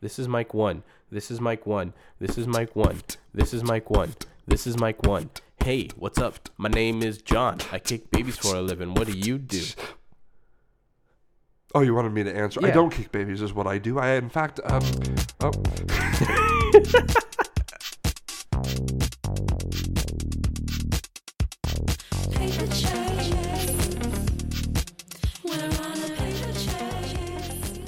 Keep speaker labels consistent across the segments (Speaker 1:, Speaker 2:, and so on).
Speaker 1: This is mic one. This is mic one. This is mic one. This is mic one. This is mic one. Hey, what's up? My name is John. I kick babies for a living. What do you do?
Speaker 2: Oh, you wanted me to answer. I
Speaker 1: Yeah.
Speaker 2: don't kick babies, is what I do. I, in fact, um, oh.
Speaker 3: Paper charges. We're on a paper charges.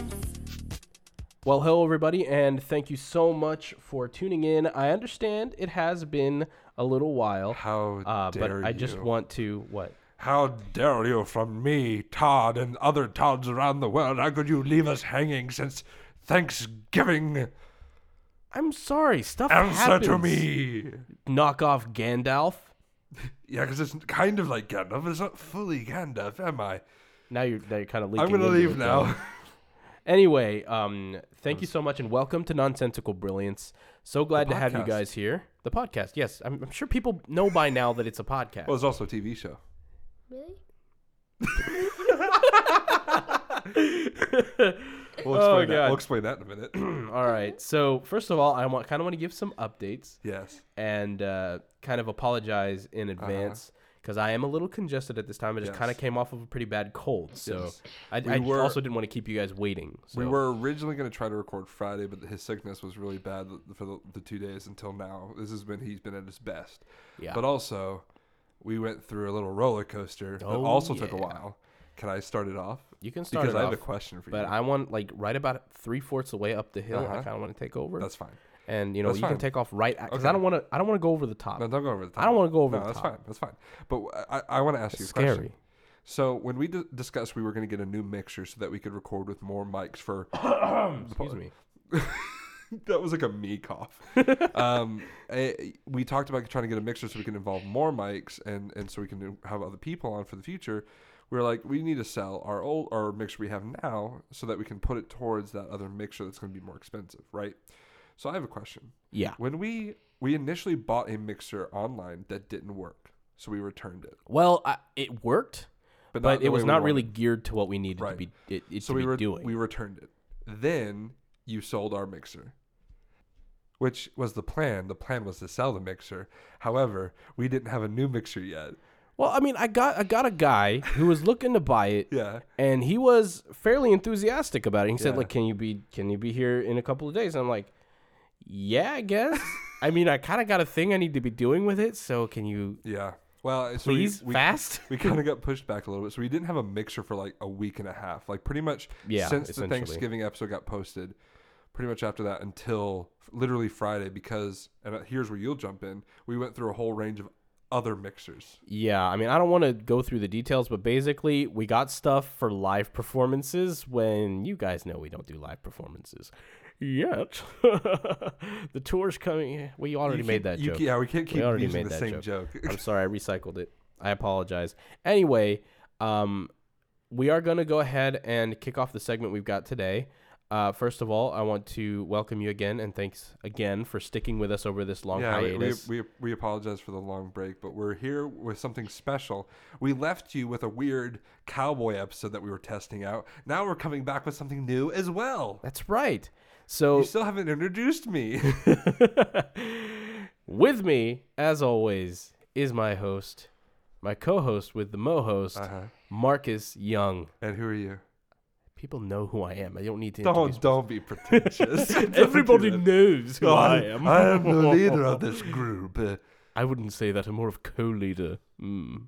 Speaker 1: Well, hello, everybody, and thank you so much for tuning in. I understand it has been a little while.
Speaker 2: How
Speaker 1: uh, but
Speaker 2: dare
Speaker 1: I just
Speaker 2: you.
Speaker 1: want to what?
Speaker 2: How dare you from me, Todd, and other Todds around the world? How could you leave us hanging since Thanksgiving?
Speaker 1: I'm sorry. Stuff
Speaker 2: Answer to
Speaker 1: happens.
Speaker 2: me!
Speaker 1: Knock off Gandalf.
Speaker 2: Yeah, because it's kind of like Gandalf. It's not fully Gandalf, am I?
Speaker 1: Now you're now you're kind of leaking.
Speaker 2: I'm going to
Speaker 1: into
Speaker 2: leave
Speaker 1: it,
Speaker 2: now.
Speaker 1: though. Anyway, um, thank you so much and welcome to Nonsensical Brilliance. So glad to have you
Speaker 2: podcast.
Speaker 1: guys here. The podcast, yes, I'm, I'm sure people know by now that it's a podcast.
Speaker 2: well, it's also a TV show.
Speaker 3: Really?
Speaker 2: We'll
Speaker 1: Oh,
Speaker 2: explain, that.
Speaker 1: God.
Speaker 2: We'll explain that in a minute.
Speaker 1: All right. So first of all, I want kind of want to give some updates
Speaker 2: yes.
Speaker 1: and uh, kind of apologize in advance because I am a little congested at this time. I just
Speaker 2: Uh-huh. Yes.
Speaker 1: kind of came off of a pretty bad cold, so
Speaker 2: Yes.
Speaker 1: I,
Speaker 2: We
Speaker 1: I
Speaker 2: were-
Speaker 1: also didn't want to keep you guys waiting. So.
Speaker 2: We were originally going to try to record Friday, but his sickness was really bad th- for the, the two days until now. This is when he's been at his best.
Speaker 1: Yeah.
Speaker 2: But also, we went through a little roller coaster that
Speaker 1: Oh,
Speaker 2: also took a
Speaker 1: yeah.
Speaker 2: while. Can I start it off?
Speaker 1: You can start
Speaker 2: because
Speaker 1: it
Speaker 2: I have a
Speaker 1: off,
Speaker 2: question for
Speaker 1: but
Speaker 2: you.
Speaker 1: I want like right about three fourths of the way up the hill. I
Speaker 2: Uh-huh.
Speaker 1: kind of want to take over.
Speaker 2: That's fine.
Speaker 1: and you know
Speaker 2: That's
Speaker 1: you
Speaker 2: fine.
Speaker 1: can take off right because I
Speaker 2: Okay.
Speaker 1: don't want to. I don't want to go over the top.
Speaker 2: No, don't go over the top.
Speaker 1: I don't wanna go over
Speaker 2: No,
Speaker 1: the
Speaker 2: that's
Speaker 1: top.
Speaker 2: fine. That's fine. But w- I, want to ask you a
Speaker 1: Scary.
Speaker 2: question. So when we d- discussed we were going to get a new mixer so that we could record with more mics for
Speaker 1: Excuse me.
Speaker 2: that was like a me cough. um, eh, we talked about trying to get a mixer so we can involve more mics and and so we can have other people on for the future. We were like, we need to sell our old our mixer we have now so that we can put it towards that other mixer that's going to be more expensive, right? So I have a question.
Speaker 1: Yeah.
Speaker 2: When we we initially bought a mixer online that didn't work, so we returned it.
Speaker 1: Well, I, it worked,
Speaker 2: But
Speaker 1: but,
Speaker 2: not the
Speaker 1: it was
Speaker 2: way we
Speaker 1: not
Speaker 2: wanted.
Speaker 1: really geared to what we needed to
Speaker 2: Right.
Speaker 1: be it, it
Speaker 2: so
Speaker 1: to
Speaker 2: we
Speaker 1: be
Speaker 2: were
Speaker 1: doing.
Speaker 2: we returned it. Then you sold our mixer, which was the plan. The plan was to sell the mixer. However, we didn't have a new mixer yet.
Speaker 1: well, I mean, I got I got a guy who was looking to buy it.
Speaker 2: Yeah.
Speaker 1: and he was fairly enthusiastic about it. He said,
Speaker 2: Yeah.
Speaker 1: "Like, can you be can you be here in a couple of days?" And I'm like, "Yeah, I guess. I mean, I kind of got a thing I need to be doing with it. So can you
Speaker 2: Yeah. Well, uh, so we-
Speaker 1: please
Speaker 2: we,
Speaker 1: fast?"
Speaker 2: we kind of got pushed back a little bit. So we didn't have a mixer for like a week and a half. Like pretty much
Speaker 1: Yeah,
Speaker 2: since the
Speaker 1: essentially.
Speaker 2: Thanksgiving episode got posted, pretty much after that until f- literally Friday because and uh, here's where you'll jump in. We went through a whole range of other mixers.
Speaker 1: yeah, I mean, I don't want to go through the details, but basically, we got stuff for live performances when you guys know we don't do live performances yet. the tour's coming. We already
Speaker 2: You
Speaker 1: made that
Speaker 2: can't- you
Speaker 1: joke.
Speaker 2: ca- Yeah, we can't keep
Speaker 1: already
Speaker 2: using
Speaker 1: made
Speaker 2: the
Speaker 1: that
Speaker 2: same joke.
Speaker 1: I'm sorry, I recycled it. I apologize. Anyway, um, we are going to go ahead and kick off the segment we've got today. Uh, first of all, I want to welcome you again and thanks again for sticking with us over this long
Speaker 2: yeah, we-
Speaker 1: hiatus.
Speaker 2: We, we, we apologize for the long break, but we're here with something special. We left you with a weird cowboy episode that we were testing out. Now we're coming back with something new as well.
Speaker 1: That's right. So,
Speaker 2: You still haven't introduced me.
Speaker 1: with me, as always, is my host, my co host with the Mo host,
Speaker 2: Uh-huh.
Speaker 1: Marcus Young.
Speaker 2: and who are you?
Speaker 1: People know who I am. I don't need to introduce
Speaker 2: Don't don't be pretentious. Don't do
Speaker 1: Everybody
Speaker 2: that.
Speaker 1: knows who I am.
Speaker 2: I am the leader of this group. Uh,
Speaker 1: I wouldn't say that. I'm more of co-leader. Mm.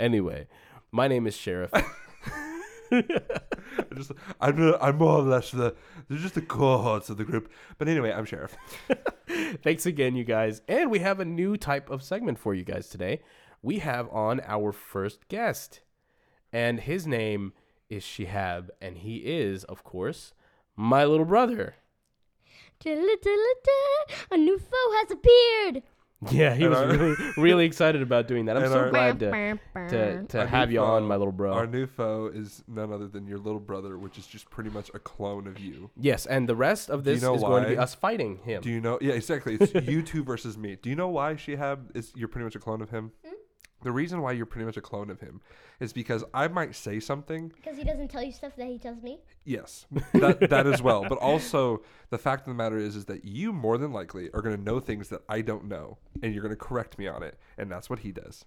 Speaker 1: Anyway, my name is Sheriff.
Speaker 2: I just, I'm, the- I'm more or less the they're just the cohorts of the group. But anyway, I'm sheriff.
Speaker 1: Thanks again, you guys. And we have a new type of segment for you guys today. We have on our first guest, and his name is Shihab, and he is, of course, my little brother.
Speaker 3: Da-la-da-la-da. A new foe has appeared.
Speaker 1: Yeah, he was
Speaker 2: our-
Speaker 1: really, really excited about doing that. I'm
Speaker 2: And
Speaker 1: so
Speaker 2: our-
Speaker 1: glad to, to, to
Speaker 2: Our
Speaker 1: have
Speaker 2: new
Speaker 1: you on,
Speaker 2: foe-
Speaker 1: my little bro.
Speaker 2: Our new foe is none other than your little brother, which is just pretty much a clone of you.
Speaker 1: yes, and the rest of
Speaker 2: you
Speaker 1: this
Speaker 2: know
Speaker 1: is going to be
Speaker 2: why?
Speaker 1: us fighting him.
Speaker 2: Do you know? Yeah, exactly. It's you two versus me. Do you know why Shehab is? You're pretty much a clone of him. The reason why you're pretty much a clone of him is because I might say something.
Speaker 3: Because he doesn't tell you stuff that he tells me.
Speaker 2: Yes, that, that as well. But also, the fact of the matter is, is that you more than likely are going to know things that I don't know, and you're going to correct me on it, and that's what he does.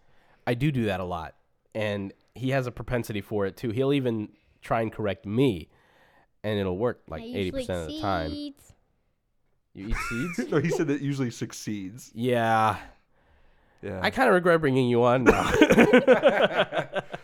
Speaker 1: I do do that a lot, and he has a propensity for it too. He'll even try and correct me, and it'll work like
Speaker 3: I
Speaker 1: eighty
Speaker 3: usually
Speaker 1: percent of the time.
Speaker 3: exceeds.
Speaker 1: You eat seeds?
Speaker 2: No, he said that usually succeeds.
Speaker 1: yeah,
Speaker 2: Yeah.
Speaker 1: I kind of regret bringing you on now.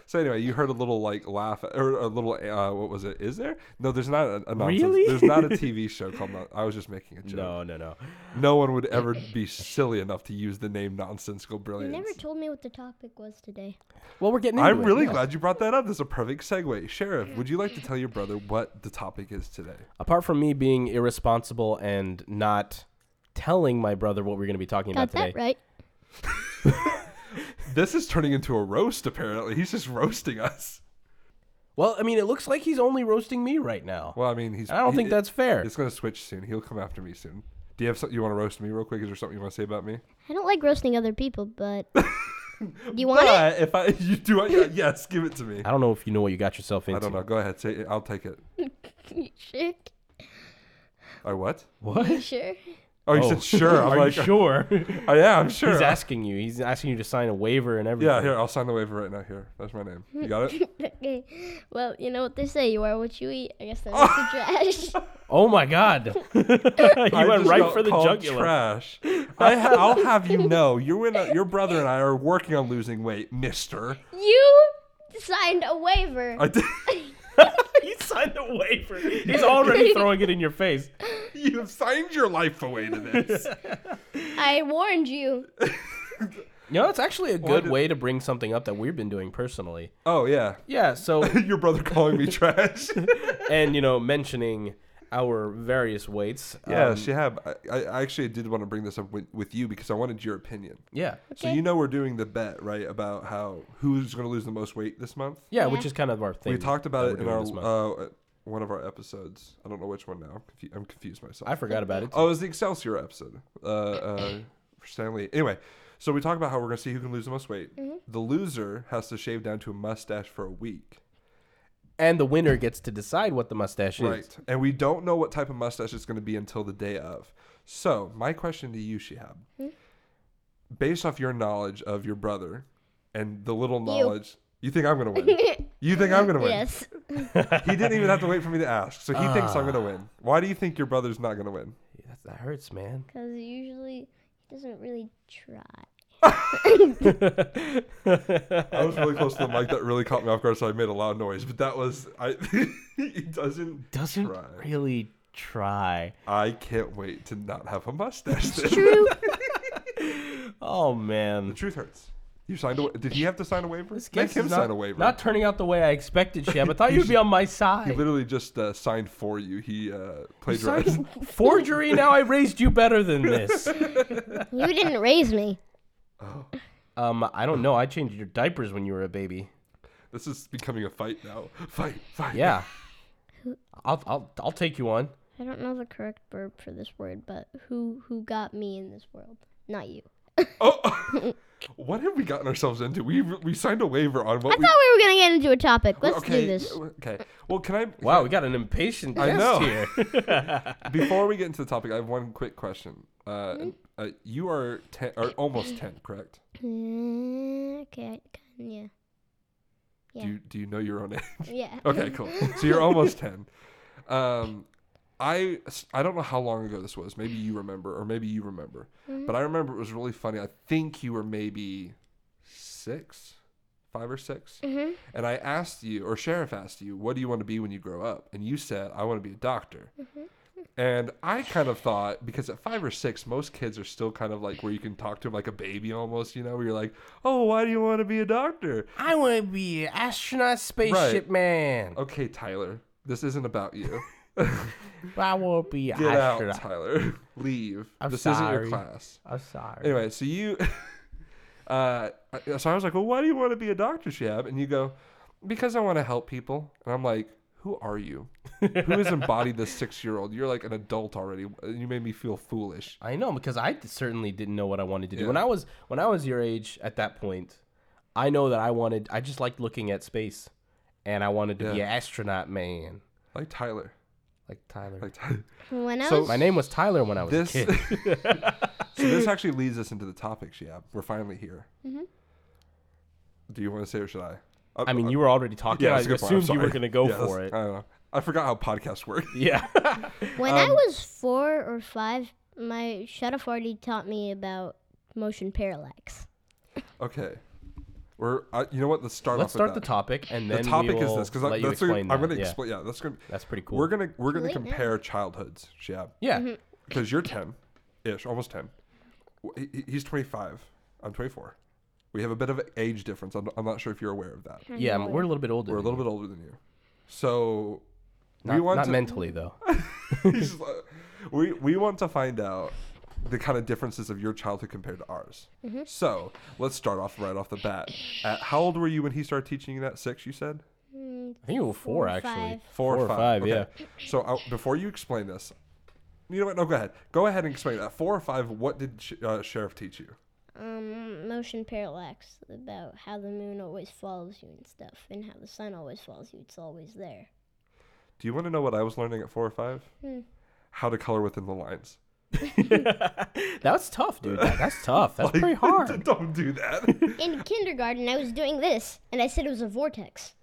Speaker 2: so anyway, you heard a little like laugh or a little uh, what was it? Is there? No, there's not a, a nonsense.
Speaker 1: Really?
Speaker 2: There's not a TV show called. Non- I was just making a joke.
Speaker 1: no, no, no.
Speaker 2: No one would ever be silly enough to use the name nonsensical
Speaker 3: You
Speaker 2: brilliance.
Speaker 3: never told me what the topic was today.
Speaker 1: Well, we're getting. Into
Speaker 2: I'm
Speaker 1: it,
Speaker 2: really
Speaker 1: yeah.
Speaker 2: glad you brought that up. This is a perfect segue. Sheriff, would you like to tell your brother what the topic is today?
Speaker 1: Apart from me being irresponsible and not telling my brother what we're going to be talking
Speaker 3: Got
Speaker 1: about today,
Speaker 3: that right.
Speaker 2: This is turning into a roast, apparently. He's just roasting us.
Speaker 1: well, I mean, it looks like he's only roasting me right now.
Speaker 2: Well, I mean, he's.
Speaker 1: I don't
Speaker 2: he-
Speaker 1: think that's fair.
Speaker 2: It's going to switch soon. He'll come after me soon. Do you have something you want to roast me real quick? Is there something you want to say about me?
Speaker 3: I don't like roasting other people, but do you want it?
Speaker 2: But uh, if I you do I, yes, give it to me.
Speaker 1: I don't know if you know what you got yourself into.
Speaker 2: I don't know. Go ahead. Say it. I'll take it.
Speaker 3: You sure?
Speaker 2: I what?
Speaker 1: What?
Speaker 3: You sure?
Speaker 2: Oh, you
Speaker 1: Oh.
Speaker 2: said sure. I'm
Speaker 1: Are
Speaker 2: like,
Speaker 1: you sure?
Speaker 2: oh, yeah, I'm sure.
Speaker 1: He's asking you. He's asking you to sign a waiver and everything.
Speaker 2: yeah, here, I'll sign the waiver right now. Here, that's my name. You got it?
Speaker 3: okay. Well, you know what they say. You are what you eat. I guess that's the trash.
Speaker 1: Oh my God! you
Speaker 2: I
Speaker 1: went
Speaker 2: just
Speaker 1: right
Speaker 2: got
Speaker 1: for the
Speaker 2: called
Speaker 1: jugular.
Speaker 2: Trash. I ha- I'll have you know, you and uh, your brother and I are working on losing weight, Mister.
Speaker 3: you signed a waiver.
Speaker 2: I did.
Speaker 1: he signed a waiver. He's already throwing it in your face.
Speaker 2: you have signed your life away to this.
Speaker 3: I warned you.
Speaker 1: You know, that's actually a good
Speaker 2: did-
Speaker 1: way to bring something up that we've been doing personally.
Speaker 2: Oh yeah,
Speaker 1: Yeah. So,
Speaker 2: your brother calling me trash.
Speaker 1: and you know, mentioning our various weights.
Speaker 2: yeah,
Speaker 1: um,
Speaker 2: Shihab, I, I actually did want to bring this up with, with you because I wanted your opinion.
Speaker 1: yeah.
Speaker 2: So
Speaker 3: Okay.
Speaker 2: you know we're doing the bet, right, about how who's going to lose the most weight this month?
Speaker 1: Yeah,
Speaker 3: Yeah.
Speaker 1: which is kind of our thing.
Speaker 2: We talked about
Speaker 1: that
Speaker 2: it
Speaker 1: we're doing
Speaker 2: in our
Speaker 1: this month.
Speaker 2: uh, one of our episodes. I don't know which one now. I'm confu- I'm confused myself.
Speaker 1: I forgot about it.
Speaker 2: Oh, it was the Excelsior episode. Uh, uh, for Stanley. Anyway, so we talk about how we're going to see who can lose the most weight. The loser has to shave down to a mustache for a week.
Speaker 1: And the winner gets to decide what the mustache is.
Speaker 2: Right. And we don't know what type of mustache it's going to be until the day of. So, my question to you, Shihab, based off your knowledge of your brother and the little knowledge, you, think I'm going to win? you think I'm going to win?
Speaker 3: yes.
Speaker 2: He didn't even have to wait for me to ask. So, he thinks I'm going to win. Why do you think your brother's not going to win?
Speaker 1: That, that hurts, man.
Speaker 3: Because usually he doesn't really try.
Speaker 2: I was really close to the mic. That really caught me off guard, so I made a loud noise. But that was I. he doesn't
Speaker 1: Doesn't
Speaker 2: try.
Speaker 1: really try.
Speaker 2: I can't wait to not have a mustache. then.
Speaker 3: True.
Speaker 1: Oh
Speaker 2: The
Speaker 1: man.
Speaker 2: truth hurts. You signed a. wa- Did he have to sign a waiver?
Speaker 1: This
Speaker 2: Make
Speaker 1: guest
Speaker 2: him
Speaker 1: is
Speaker 2: sign
Speaker 1: not-
Speaker 2: a waiver.
Speaker 1: Not turning out the way I expected, Shab. I thought you'd be on my side.
Speaker 2: he literally just uh, signed for you. He uh, plagiarized.
Speaker 1: Besides forgery, now I raised you better than this.
Speaker 3: you didn't raise me.
Speaker 1: Um, I don't know. I changed your diapers when you were a baby.
Speaker 2: This is becoming a fight now. Fight, fight.
Speaker 1: Yeah. I'll I'll I'll take you on.
Speaker 3: I don't know the correct verb for this word, but who who got me in this world? Not you.
Speaker 2: Oh, what have we gotten ourselves into? We we signed a waiver on
Speaker 3: I
Speaker 2: what
Speaker 3: thought we were gonna get into a topic.
Speaker 2: we.
Speaker 3: Let's
Speaker 2: okay.
Speaker 3: do this.
Speaker 2: yeah, Okay. Well, can I?
Speaker 1: Wow, we got an impatient
Speaker 2: I
Speaker 1: guest
Speaker 2: know.
Speaker 1: here.
Speaker 2: Before we get into the topic, I have one quick question. Uh, uh, you are ten, or almost ten, correct?
Speaker 3: Mm, okay. I- Yeah. Yeah.
Speaker 2: Do you do you know your own age?
Speaker 3: Yeah.
Speaker 2: Okay, cool. So you're almost ten. Um, I I don't know how long ago this was. Maybe you remember, or maybe you remember.
Speaker 3: Um,
Speaker 2: But I remember it was really funny. I think you were maybe six, five or 6 and I asked you, or Sheriff asked you, what do you want to be when you grow up? And you said, I want to be a doctor. And I kind of thought because at five or six, most kids are still kind of like where you can talk to them like a baby almost, you know, where you're like, oh, why do you want to be a doctor?
Speaker 1: I want to be an astronaut, spaceship man.
Speaker 2: Okay, Tyler, this isn't about you.
Speaker 1: But I want to be an
Speaker 2: Get out,
Speaker 1: astronaut.
Speaker 2: Tyler. Leave.
Speaker 1: I'm
Speaker 2: this isn't
Speaker 1: sorry.
Speaker 2: your class.
Speaker 1: I'm sorry.
Speaker 2: Anyway, so you, uh, I- so I was like, well, why do you want to be a doctor, Shab? And you go, because I want to help people. And I'm like, who are you? who has embodied this six year old? You're like an adult already. You made me feel foolish.
Speaker 1: I know because I d- certainly didn't know what I wanted to do
Speaker 2: Yeah.
Speaker 1: when I was when I was your age at that point. I know that I wanted. I just liked looking at space, and I wanted to be
Speaker 2: Yeah.
Speaker 1: an astronaut man,
Speaker 2: Like Tyler.
Speaker 1: like Tyler.
Speaker 2: Like Tyler.
Speaker 3: When I
Speaker 2: So-
Speaker 3: was
Speaker 1: My name was Tyler when I was
Speaker 2: This
Speaker 1: a
Speaker 2: so
Speaker 1: kid.
Speaker 2: this actually leads us into the topic, Shiab. We're finally here.
Speaker 3: Mhm.
Speaker 2: Do you want to say or should I? Uh,
Speaker 1: I mean, you were already talking.
Speaker 2: that's
Speaker 1: I
Speaker 2: a good point. I'm
Speaker 1: assumed you were
Speaker 2: sorry.
Speaker 1: going to go for
Speaker 2: Yeah, that's-
Speaker 1: it.
Speaker 2: I don't know. I forgot how podcasts work.
Speaker 1: yeah.
Speaker 3: when
Speaker 2: um,
Speaker 3: I was four or five, my shadow already taught me about motion parallax.
Speaker 2: Okay. We're uh, you know what? Let's start
Speaker 1: Let's
Speaker 2: off. with
Speaker 1: start the
Speaker 2: that.
Speaker 1: topic, and then
Speaker 2: the topic
Speaker 1: we
Speaker 2: is
Speaker 1: will
Speaker 2: this because
Speaker 1: let you
Speaker 2: that's gonna-
Speaker 1: explain
Speaker 2: I'm
Speaker 1: that.
Speaker 2: going to
Speaker 1: Yeah.
Speaker 2: explain. Yeah, that's going. to
Speaker 1: That's pretty cool.
Speaker 2: We're gonna we're gonna
Speaker 3: Wait, no.
Speaker 2: compare childhoods, Shiab,
Speaker 1: yeah.
Speaker 2: because you're ten, ish, almost ten. W- he- he- He's twenty five. I'm twenty four. We have a bit of an age difference. I'm, I'm not sure if you're aware of that.
Speaker 1: Yeah, I'm- we're a little bit older.
Speaker 2: We're a little bit older than you, so
Speaker 1: not,
Speaker 2: we want
Speaker 1: not
Speaker 2: to
Speaker 1: mentally though.
Speaker 2: He's just like- we we want to find out the kind of differences of your childhood compared to ours. So let's start off right off the bat. At how old were you when he started teaching you that? Six, you said.
Speaker 1: I think you were four,
Speaker 3: Four or
Speaker 1: actually.
Speaker 3: five.
Speaker 2: Four,
Speaker 1: Four or five,
Speaker 2: okay. So I, before you explain this, you know what? No, go ahead. Go ahead and explain that. Four or five. What did sh- uh, Sheriff teach you?
Speaker 3: Um, motion parallax about how the moon always follows you and stuff, and how the sun always follows you. It's always there.
Speaker 2: Do you want to know what I was learning at four or five? How to color within the lines.
Speaker 1: That's tough, dude. That- that's tough. That's pretty hard.
Speaker 2: Don't do that.
Speaker 3: In kindergarten, I was doing this, and I said it was a vortex.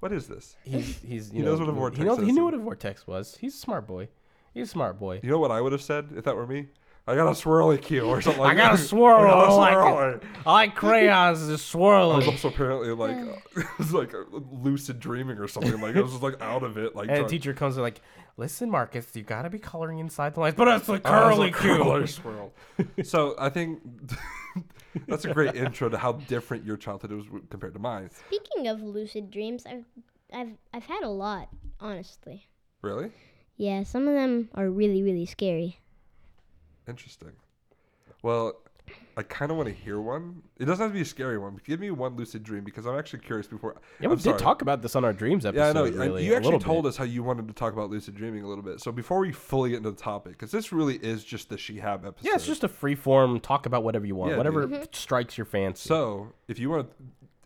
Speaker 2: what is this?
Speaker 1: He's he's you
Speaker 2: He
Speaker 1: know,
Speaker 2: knows what a vortex
Speaker 1: he knows, He
Speaker 2: is.
Speaker 1: knew what a vortex was. He's a smart boy. He's a smart boy.
Speaker 2: You know what I would have said if that were me? I got a swirly cue or something like
Speaker 1: I got a
Speaker 2: that.
Speaker 1: swirl.
Speaker 2: I got a
Speaker 1: I like,
Speaker 2: swirly.
Speaker 1: I like crayons that swirl.
Speaker 2: I was also apparently like, uh, it was like uh, lucid dreaming or something. Like I was just like out of it. Like
Speaker 1: and the
Speaker 2: trying-
Speaker 1: teacher comes and like, listen, Marcus, you gotta be coloring inside the lines, but it's a
Speaker 2: Oh, I was
Speaker 1: curly
Speaker 2: like, curly
Speaker 1: Q.
Speaker 2: swirl. So I think that's a great intro to how different your childhood was compared to mine.
Speaker 3: Speaking of lucid dreams, I've I've I've had a lot, honestly.
Speaker 2: Really
Speaker 3: Yeah, some of them are really really scary.
Speaker 2: interesting. Well, I kind of want to hear one. It doesn't have to be a scary one. But give me one lucid dream because I'm actually curious. Before
Speaker 1: Yeah, we
Speaker 2: I'm
Speaker 1: did
Speaker 2: sorry.
Speaker 1: talk about this on our dreams episode.
Speaker 2: Yeah, I know. And
Speaker 1: Really,
Speaker 2: you
Speaker 1: a
Speaker 2: actually
Speaker 1: little
Speaker 2: told
Speaker 1: bit.
Speaker 2: us how you wanted to talk about lucid dreaming a little bit. So before we fully get into the topic, because this really is just the Shehab episode.
Speaker 1: Yeah, it's just a free form talk about whatever you want,
Speaker 2: Yeah,
Speaker 1: whatever
Speaker 3: Mm-hmm.
Speaker 1: strikes your fancy.
Speaker 2: So if you want,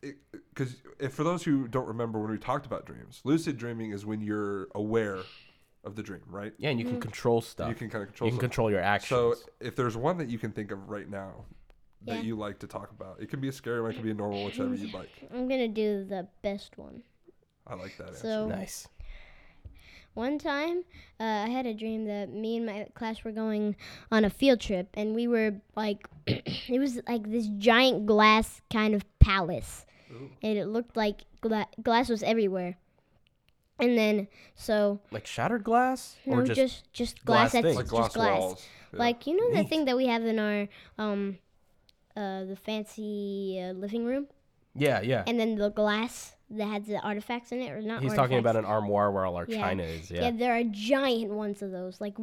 Speaker 2: because if for those who don't remember when we talked about dreams, lucid dreaming is when you're aware of the dream, right?
Speaker 1: yeah, and you can
Speaker 3: Mm-hmm.
Speaker 1: control stuff.
Speaker 2: You can kind of control.
Speaker 1: you can
Speaker 2: something.
Speaker 1: control your
Speaker 2: So
Speaker 1: actions.
Speaker 2: if there's one that you can think of right now that
Speaker 3: Yeah.
Speaker 2: you like to talk about, it can be a scary one, it can be a normal, whichever you like.
Speaker 3: I'm gonna do the best one.
Speaker 2: I like that answer.
Speaker 3: So
Speaker 1: nice.
Speaker 3: One time, uh, I had a dream that me and my class were going on a field trip, and we were like, it was like this giant glass kind of palace, and it looked like gla- glass was everywhere. And then, so
Speaker 1: Like shattered glass,
Speaker 3: no,
Speaker 1: or
Speaker 3: just,
Speaker 1: just,
Speaker 3: just
Speaker 1: glass
Speaker 3: glass,
Speaker 1: things?
Speaker 3: that's
Speaker 2: Like glass,
Speaker 3: just glass.
Speaker 2: walls. Yeah.
Speaker 3: Like you know that thing that we have in our um, uh, the fancy uh, living room,
Speaker 1: yeah, yeah.
Speaker 3: and then the glass that has the artifacts in it, or not?
Speaker 1: He's talking
Speaker 3: artifacts,
Speaker 1: about an armoire where all our
Speaker 3: Yeah.
Speaker 1: china is.
Speaker 3: Yeah. there are giant ones of those, like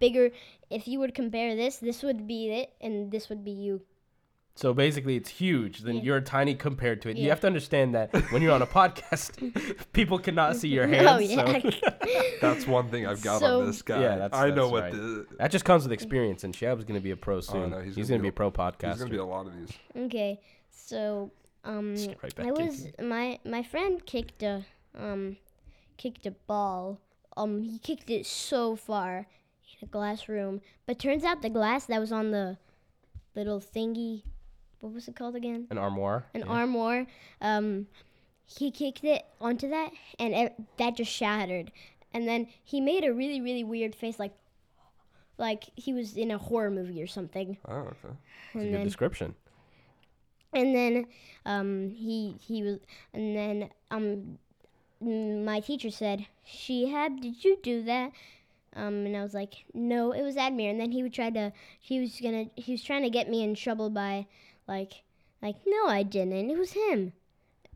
Speaker 3: bigger. If you would compare this, this would be it, and this would be you.
Speaker 1: So basically, it's huge. Then you're tiny compared to it. You
Speaker 3: Yeah.
Speaker 1: have to understand that when you're on a podcast, people cannot see your hands.
Speaker 3: oh yeah,
Speaker 1: so-
Speaker 2: that's one thing I've got
Speaker 3: So-
Speaker 2: on this guy.
Speaker 1: Yeah, that's-
Speaker 2: I
Speaker 1: that's
Speaker 2: know what
Speaker 1: right.
Speaker 2: the.
Speaker 1: that just comes with experience, and Shab's going to be a pro soon.
Speaker 2: Oh, no,
Speaker 1: he's
Speaker 2: he's
Speaker 1: going
Speaker 2: gonna
Speaker 1: to be
Speaker 2: be
Speaker 1: a pro
Speaker 2: There's gonna be
Speaker 1: podcaster.
Speaker 2: a lot of these.
Speaker 3: okay. So, um,
Speaker 1: Just get right back
Speaker 3: I was my my friend kicked a um, kicked a ball. Um, he kicked it so far in a glass room, but turns out the glass that was on the little thingy, what was it called again?
Speaker 1: An armoire.
Speaker 3: an
Speaker 1: yeah.
Speaker 3: armoire. Um, he kicked it onto that, and it, that just shattered. And then he made a really, really weird face, like like he was in a horror movie or something.
Speaker 2: Oh, okay.
Speaker 1: That's a good description.
Speaker 3: And then um, he he was, and then um, m- my teacher said, "Shehab, did you do that?" Um, and I was like, "No, it was Admir." And then he would try to, he was gonna, he was trying to get me in trouble by, like, like, "No, I didn't. It was him."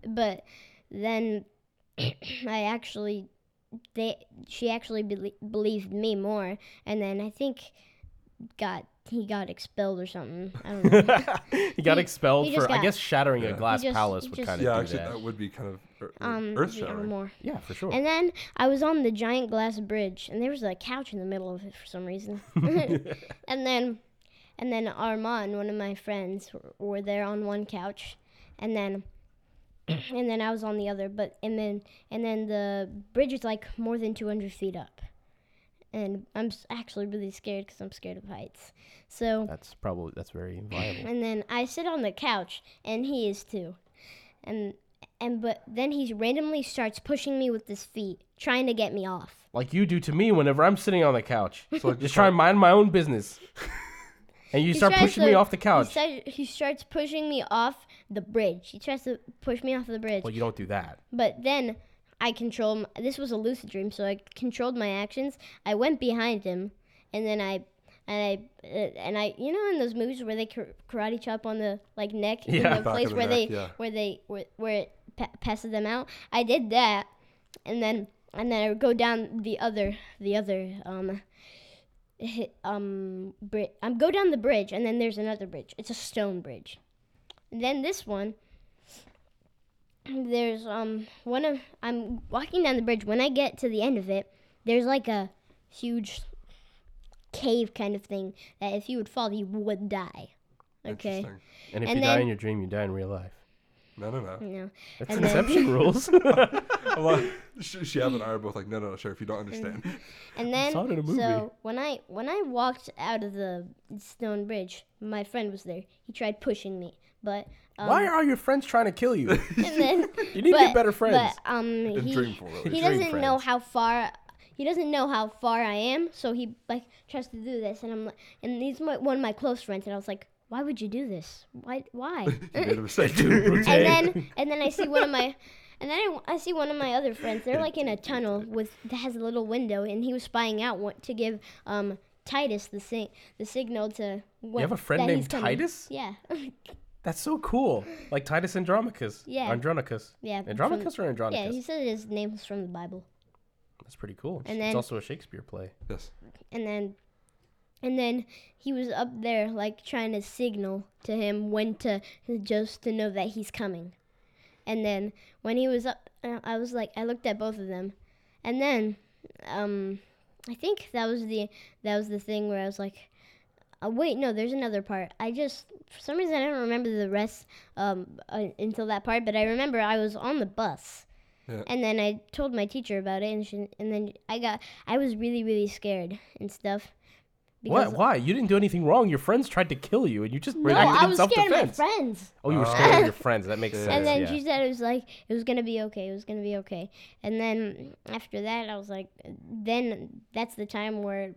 Speaker 3: But then I actually, they, she actually belie- believed me more. And then I think got he got expelled or something. I don't know.
Speaker 1: he got
Speaker 3: He-
Speaker 1: expelled
Speaker 3: he
Speaker 1: for,
Speaker 3: just
Speaker 1: I
Speaker 3: got-
Speaker 1: guess, shattering a glass
Speaker 3: just-
Speaker 1: palace
Speaker 3: he
Speaker 1: would
Speaker 3: just-
Speaker 1: kind of
Speaker 2: Yeah,
Speaker 1: do
Speaker 2: actually,
Speaker 1: that.
Speaker 2: that. would be kind of ear-
Speaker 3: um
Speaker 2: earth
Speaker 3: the
Speaker 2: shattering.
Speaker 3: armor.
Speaker 1: Yeah, for sure.
Speaker 3: And then I was on the giant glass bridge, and there was a couch in the middle of it for some reason. and then, and then Armand, one of my friends, w- were there on one couch, and then and then I was on the other, but and then and then the bridge is like more than 200 feet up, and I'm s- actually really scared because I'm scared of heights. So
Speaker 1: That's probably that's very viable.
Speaker 3: and then I sit on the couch, and he is too, and and but then he randomly starts pushing me with his feet, trying to get me off.
Speaker 1: like you do to me whenever I'm sitting on the couch.
Speaker 2: So, like,
Speaker 1: Just try and mind my own business. and you start
Speaker 3: tries
Speaker 1: pushing me
Speaker 3: to-
Speaker 1: off the
Speaker 3: He,
Speaker 1: couch.
Speaker 3: starts, he starts pushing me off the bridge. He tries to push me off the bridge.
Speaker 1: Well, you don't do that.
Speaker 3: But then I controlled. m- This was a lucid dream, so I controlled my actions. I went behind him, and then I. And I uh, and I, you know, in those movies where they kar- karate chop on the like neck, in
Speaker 1: Yeah.
Speaker 3: the
Speaker 2: Back
Speaker 3: place
Speaker 2: of the
Speaker 3: where,
Speaker 2: neck,
Speaker 3: they,
Speaker 2: yeah.
Speaker 3: where they where where it pa- passes them out. I did that, and then and then I would go down the other the other um hi- um bri- um go down the bridge, and then there's another bridge. It's a stone bridge. And then this one, there's um one of I'm walking down the bridge. When I get to the end of it, there's like a huge cave kind of thing that if you would fall, you would die. Okay.
Speaker 2: Interesting.
Speaker 1: And if
Speaker 3: And
Speaker 1: you die
Speaker 3: then-
Speaker 1: in your dream, you die in real life.
Speaker 2: No, no, no.
Speaker 3: No.
Speaker 1: That's
Speaker 3: And then- Um,
Speaker 1: Inception rules.
Speaker 2: A lot- Sh- Shab and I are both like, no, no, no, Sheriff, you don't understand.
Speaker 3: And then
Speaker 1: saw it in a movie.
Speaker 3: so when I when I walked out of the stone bridge, my friend was there. He tried pushing me, but um,
Speaker 1: Why are your friends trying to kill you?
Speaker 3: and then
Speaker 1: You need to get better friends.
Speaker 3: But um, he,
Speaker 2: Dreamful, really.
Speaker 3: he
Speaker 1: Dream
Speaker 3: doesn't know
Speaker 1: friends.
Speaker 3: how far he doesn't know how far I am, so he like tries to do this, and I'm like, and he's my, one of my close friends, and I was like, why would you do this? Why? Why?
Speaker 2: You made a mistake.
Speaker 3: and then and then I see one of my. And then I, I see one of my other friends. They're like in a tunnel with that has a little window, and he was spying out what, to give um, Titus the sing, the signal to. What,
Speaker 1: have a friend
Speaker 3: that he's
Speaker 1: named
Speaker 3: coming.
Speaker 1: Titus?
Speaker 3: Yeah,
Speaker 1: That's so cool. Like Titus Andromachus.
Speaker 3: Yeah.
Speaker 1: Andronicus.
Speaker 3: yeah. from-
Speaker 1: Andromachus or Andronicus?
Speaker 3: Yeah, he said his name was from the Bible.
Speaker 1: That's pretty cool. it's
Speaker 3: And then-
Speaker 1: also a Shakespeare play.
Speaker 2: yes.
Speaker 3: and then and then he was up there like trying to signal to him when to just to know that he's coming and then when he was up uh, i was like i looked at both of them and then um i think that was the that was the thing where i was like uh, wait no there's another part i just for some reason i don't remember the rest um uh, until that part but i remember i was on the bus
Speaker 2: Yeah.
Speaker 3: and then I told my teacher about it, and she, and then I got I was really really scared and stuff.
Speaker 1: What? Why? You didn't do anything wrong. Your friends tried to kill you, and you just
Speaker 3: No,
Speaker 1: reacted
Speaker 3: I
Speaker 1: in
Speaker 3: was scared of my
Speaker 1: self-defense.
Speaker 3: friends.
Speaker 1: Oh, you were
Speaker 2: Oh.
Speaker 1: scared of your friends. That makes
Speaker 2: And
Speaker 1: sense.
Speaker 3: And then
Speaker 1: yeah.
Speaker 3: she said it was like it was gonna be okay. It was gonna be okay. And then after that, I was like, then that's the time where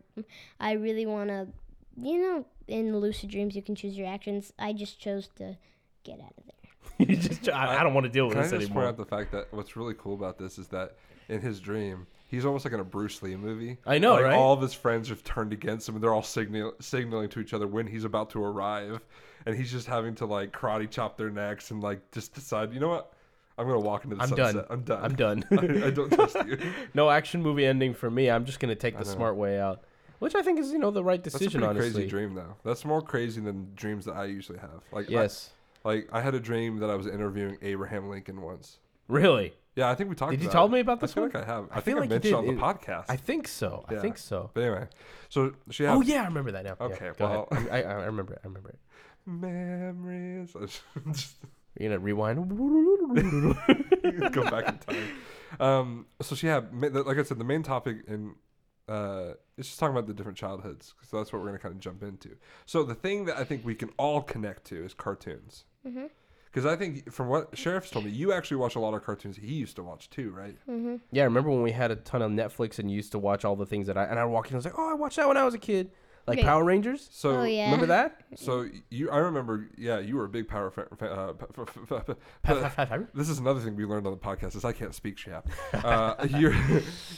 Speaker 3: I really wanna, you know, in lucid dreams you can choose your actions. I just chose to get out of there.
Speaker 1: you just, I, I don't want to deal with
Speaker 2: Can I
Speaker 1: this
Speaker 2: just point
Speaker 1: anymore.
Speaker 2: out the fact that what's really cool about this is that in his dream, he's almost like in a Bruce Lee movie.
Speaker 1: I know,
Speaker 2: like,
Speaker 1: right?
Speaker 2: All of his friends have turned against him, and they're all signal- signaling to each other when he's about to arrive, and he's just having to like karate chop their necks and like just decide, you know what, I'm gonna walk into the
Speaker 1: I'm
Speaker 2: sunset.
Speaker 1: done.
Speaker 2: I'm done.
Speaker 1: I'm done.
Speaker 2: I, I don't trust you.
Speaker 1: no action movie ending for me. I'm just gonna take the
Speaker 2: know.
Speaker 1: smart way out, which I think is you know the right
Speaker 2: Uh-huh. That's a
Speaker 1: decision.
Speaker 2: pretty
Speaker 1: Honestly,
Speaker 2: crazy dream, though. That's more crazy than dreams that I usually have. Like I-
Speaker 1: yes,
Speaker 2: like I had a dream that I was interviewing Abraham Lincoln once.
Speaker 1: really.
Speaker 2: Yeah, I think we talked.
Speaker 1: Did you
Speaker 2: about
Speaker 1: tell
Speaker 2: it.
Speaker 1: me about this
Speaker 2: I feel
Speaker 1: one?
Speaker 2: like I have. I,
Speaker 1: I feel
Speaker 2: think I
Speaker 1: like you
Speaker 2: mentioned it on the
Speaker 1: did. It-
Speaker 2: podcast.
Speaker 1: I think so. I
Speaker 2: Yeah.
Speaker 1: think so.
Speaker 2: But anyway, so she had
Speaker 1: Oh yeah, I remember that now. Yeah,
Speaker 2: Okay,
Speaker 1: go ahead.
Speaker 2: well-
Speaker 1: I'm- I, I remember it. I remember it.
Speaker 2: memories. Just
Speaker 1: You know, rewind.
Speaker 2: go back in time. Um, so she had, ma- like I said, the main topic in uh, it's just talking about the different childhoods. So that's what we're gonna kind of jump into. So the thing that I think we can all connect to is cartoons.
Speaker 3: Mm-hmm.
Speaker 2: Because I think from what sheriff's told me, you actually watch a lot of cartoons he used to watch too, right?
Speaker 1: Yeah, I remember when we had a ton of Netflix and you used to watch all the things that I and I walked in. I was like, oh, I watched that when I was a kid, like
Speaker 3: Okay.
Speaker 1: Power Rangers.
Speaker 2: So
Speaker 3: Oh, yeah.
Speaker 1: Remember that?
Speaker 2: So you, I remember, yeah, you were a big power fan. fa- Uh, pa- fa- fa- fa- fa-
Speaker 1: Power-
Speaker 2: this is another thing we learned on the podcast is I can't speak Shap. Uh, you're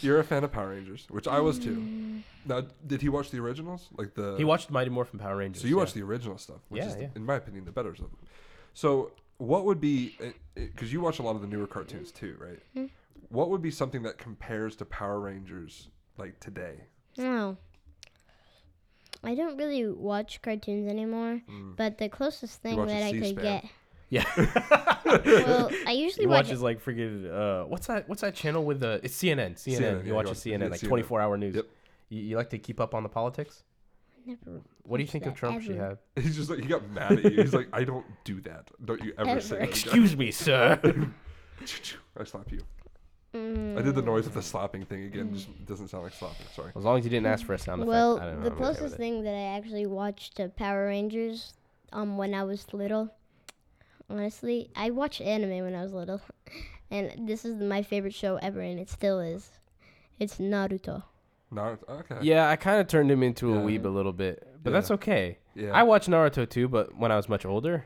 Speaker 2: you're a fan of Power Rangers, which I was too. Now, did he watch the originals? Like the
Speaker 1: Mm. He watched Mighty Morphin Power Rangers.
Speaker 2: So you
Speaker 1: yeah.
Speaker 2: watched the original stuff, which
Speaker 1: Yeah,
Speaker 2: is,
Speaker 1: yeah.
Speaker 2: in my opinion, the better of them. So what would be because you watch a lot of the newer cartoons too, right?
Speaker 1: Hmm.
Speaker 2: What would be something that compares to Power Rangers like today?
Speaker 3: No. I don't really watch cartoons anymore,
Speaker 1: Mm.
Speaker 3: but the closest thing
Speaker 2: watch
Speaker 3: that I could
Speaker 2: C-SPAN.
Speaker 3: get.
Speaker 1: Yeah.
Speaker 3: Well, I usually
Speaker 1: He
Speaker 3: watch
Speaker 1: watches like freaking uh, what's that? What's that channel with the? It's CNN. CNN.
Speaker 2: CNN, yeah,
Speaker 1: you
Speaker 2: you
Speaker 1: watch
Speaker 2: watch-
Speaker 1: CNN,
Speaker 2: yeah,
Speaker 1: like
Speaker 2: CNN.
Speaker 1: twenty four hour news.
Speaker 2: Yep.
Speaker 1: You, you like to keep up on the politics?
Speaker 3: never.
Speaker 1: What do you
Speaker 3: watched
Speaker 1: think of
Speaker 3: that
Speaker 1: Trump
Speaker 3: ever.
Speaker 1: Shihab?
Speaker 2: He's just like he got mad at you. He's like, I don't do that. Don't you ever, say that.
Speaker 3: Ever.
Speaker 2: again."
Speaker 1: Excuse me, sir.
Speaker 2: I slap you.
Speaker 3: Mm.
Speaker 2: I did the noise of the slapping thing again. Just doesn't sound like slapping. Sorry.
Speaker 1: as long as you didn't ask for a sound effect.
Speaker 3: Well,
Speaker 1: I don't know,
Speaker 3: the
Speaker 1: I'm okay with
Speaker 3: closest
Speaker 1: it.
Speaker 3: thing that I actually watched to Power Rangers, um, when I was little, honestly, I watched anime when I was little, and this is my favorite show ever, and it still is. It's Naruto.
Speaker 2: No. Okay.
Speaker 1: Yeah, I kind of turned him into a
Speaker 2: Yeah.
Speaker 1: weeb a little bit, but
Speaker 2: Yeah.
Speaker 1: that's okay.
Speaker 2: Yeah.
Speaker 1: I watched Naruto too, but when I was much older,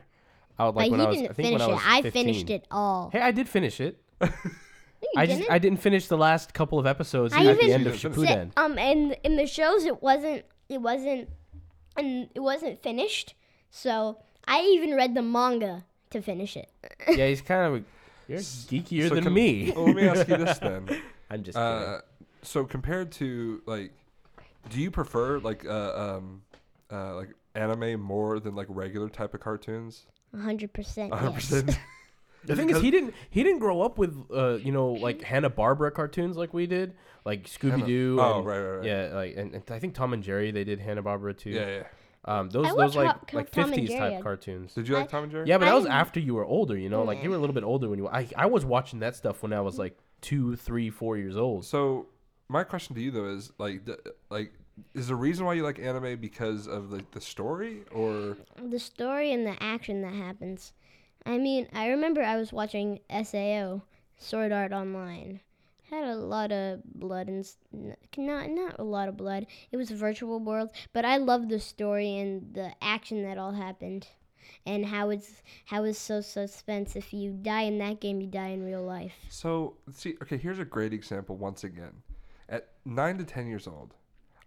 Speaker 1: I would like
Speaker 3: But
Speaker 1: when
Speaker 3: you
Speaker 1: I was.
Speaker 3: didn't
Speaker 1: I think
Speaker 3: finish
Speaker 1: when I
Speaker 3: it.
Speaker 1: was
Speaker 3: I
Speaker 1: 15.
Speaker 3: finished it all.
Speaker 1: Hey, I did finish it.
Speaker 3: No, you
Speaker 1: I
Speaker 3: didn't.
Speaker 1: just I didn't finish the last couple of episodes
Speaker 3: I
Speaker 1: at the
Speaker 3: even
Speaker 1: end of
Speaker 2: said-
Speaker 1: Shippuden.
Speaker 3: um, and in the shows, it wasn't, it wasn't, and it wasn't finished. So I even read the manga to finish it.
Speaker 1: yeah, he's kind of a, you're geekier
Speaker 2: So
Speaker 1: than
Speaker 2: com-
Speaker 1: me.
Speaker 2: well, let me ask you this then.
Speaker 1: I'm just kidding.
Speaker 2: Uh, so compared to like, do you prefer like uh, um, uh, like anime more than like regular type of cartoons?
Speaker 3: hundred percent.
Speaker 2: One hundred percent.
Speaker 1: The thing is, he didn't he didn't grow up with uh, you know like Hanna Barbera cartoons like we did, like Scooby Doo.
Speaker 2: Oh, right, right, right.
Speaker 1: Yeah, like and, and I think Tom and Jerry they did Hanna Barbera too.
Speaker 2: Yeah, yeah.
Speaker 1: Um, those
Speaker 3: I
Speaker 1: those
Speaker 3: watched
Speaker 1: like
Speaker 3: Ho-
Speaker 1: like
Speaker 3: Tom and
Speaker 1: fifties type
Speaker 3: Jerry.
Speaker 1: cartoons.
Speaker 2: Did you like
Speaker 3: I-
Speaker 2: Tom and Jerry?
Speaker 1: Yeah, but that was
Speaker 3: I'm-
Speaker 1: after you were older. You know, like you were a little bit older when you. I I was watching that stuff when I was like two, three, four years old.
Speaker 2: So my question to you though is like, d- like, is the reason why you like anime because of like the story or?
Speaker 3: the story and the action that happens. I mean, I remember I was watching SAO Sword Art Online. Had a lot of blood and s- n- not not a lot of blood. It was a virtual world, but I loved the story and the action that all happened, and how it's how it's so suspense. If you die in that game, you die in real life.
Speaker 2: So see, okay, here's a great example once again. At nine to ten years old,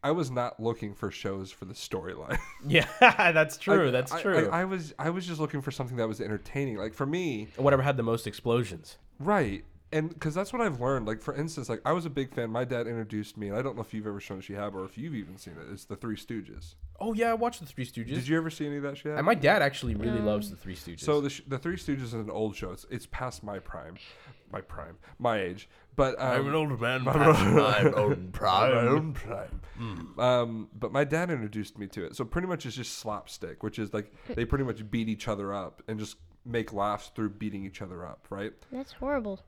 Speaker 2: I was not looking for shows for the storyline.
Speaker 1: Yeah, that's true.
Speaker 2: Like,
Speaker 1: that's
Speaker 2: I-
Speaker 1: true.
Speaker 2: I, I was I was just looking for something that was entertaining. Like for me,
Speaker 1: Whatever had the most explosions.
Speaker 2: right. And because that's what I've learned. Like for instance, like I was a big fan. My dad introduced me, and I don't know if you've ever shown Shihab or if you've even seen it. It's the Three Stooges.
Speaker 1: Oh yeah, I watched the Three Stooges.
Speaker 2: Did you ever see any of that Shihab?
Speaker 1: and my dad actually really loves the Three Stooges.
Speaker 2: So the, sh- the Three Stooges is an old show. It's it's past my prime, my prime, my age. But um,
Speaker 1: old man. own
Speaker 2: my own prime.
Speaker 1: Hmm.
Speaker 2: Um, but my dad introduced me to it. So pretty much it's just slapstick, which is like they pretty much beat each other up and just make laughs through beating each other up, right?
Speaker 3: That's horrible.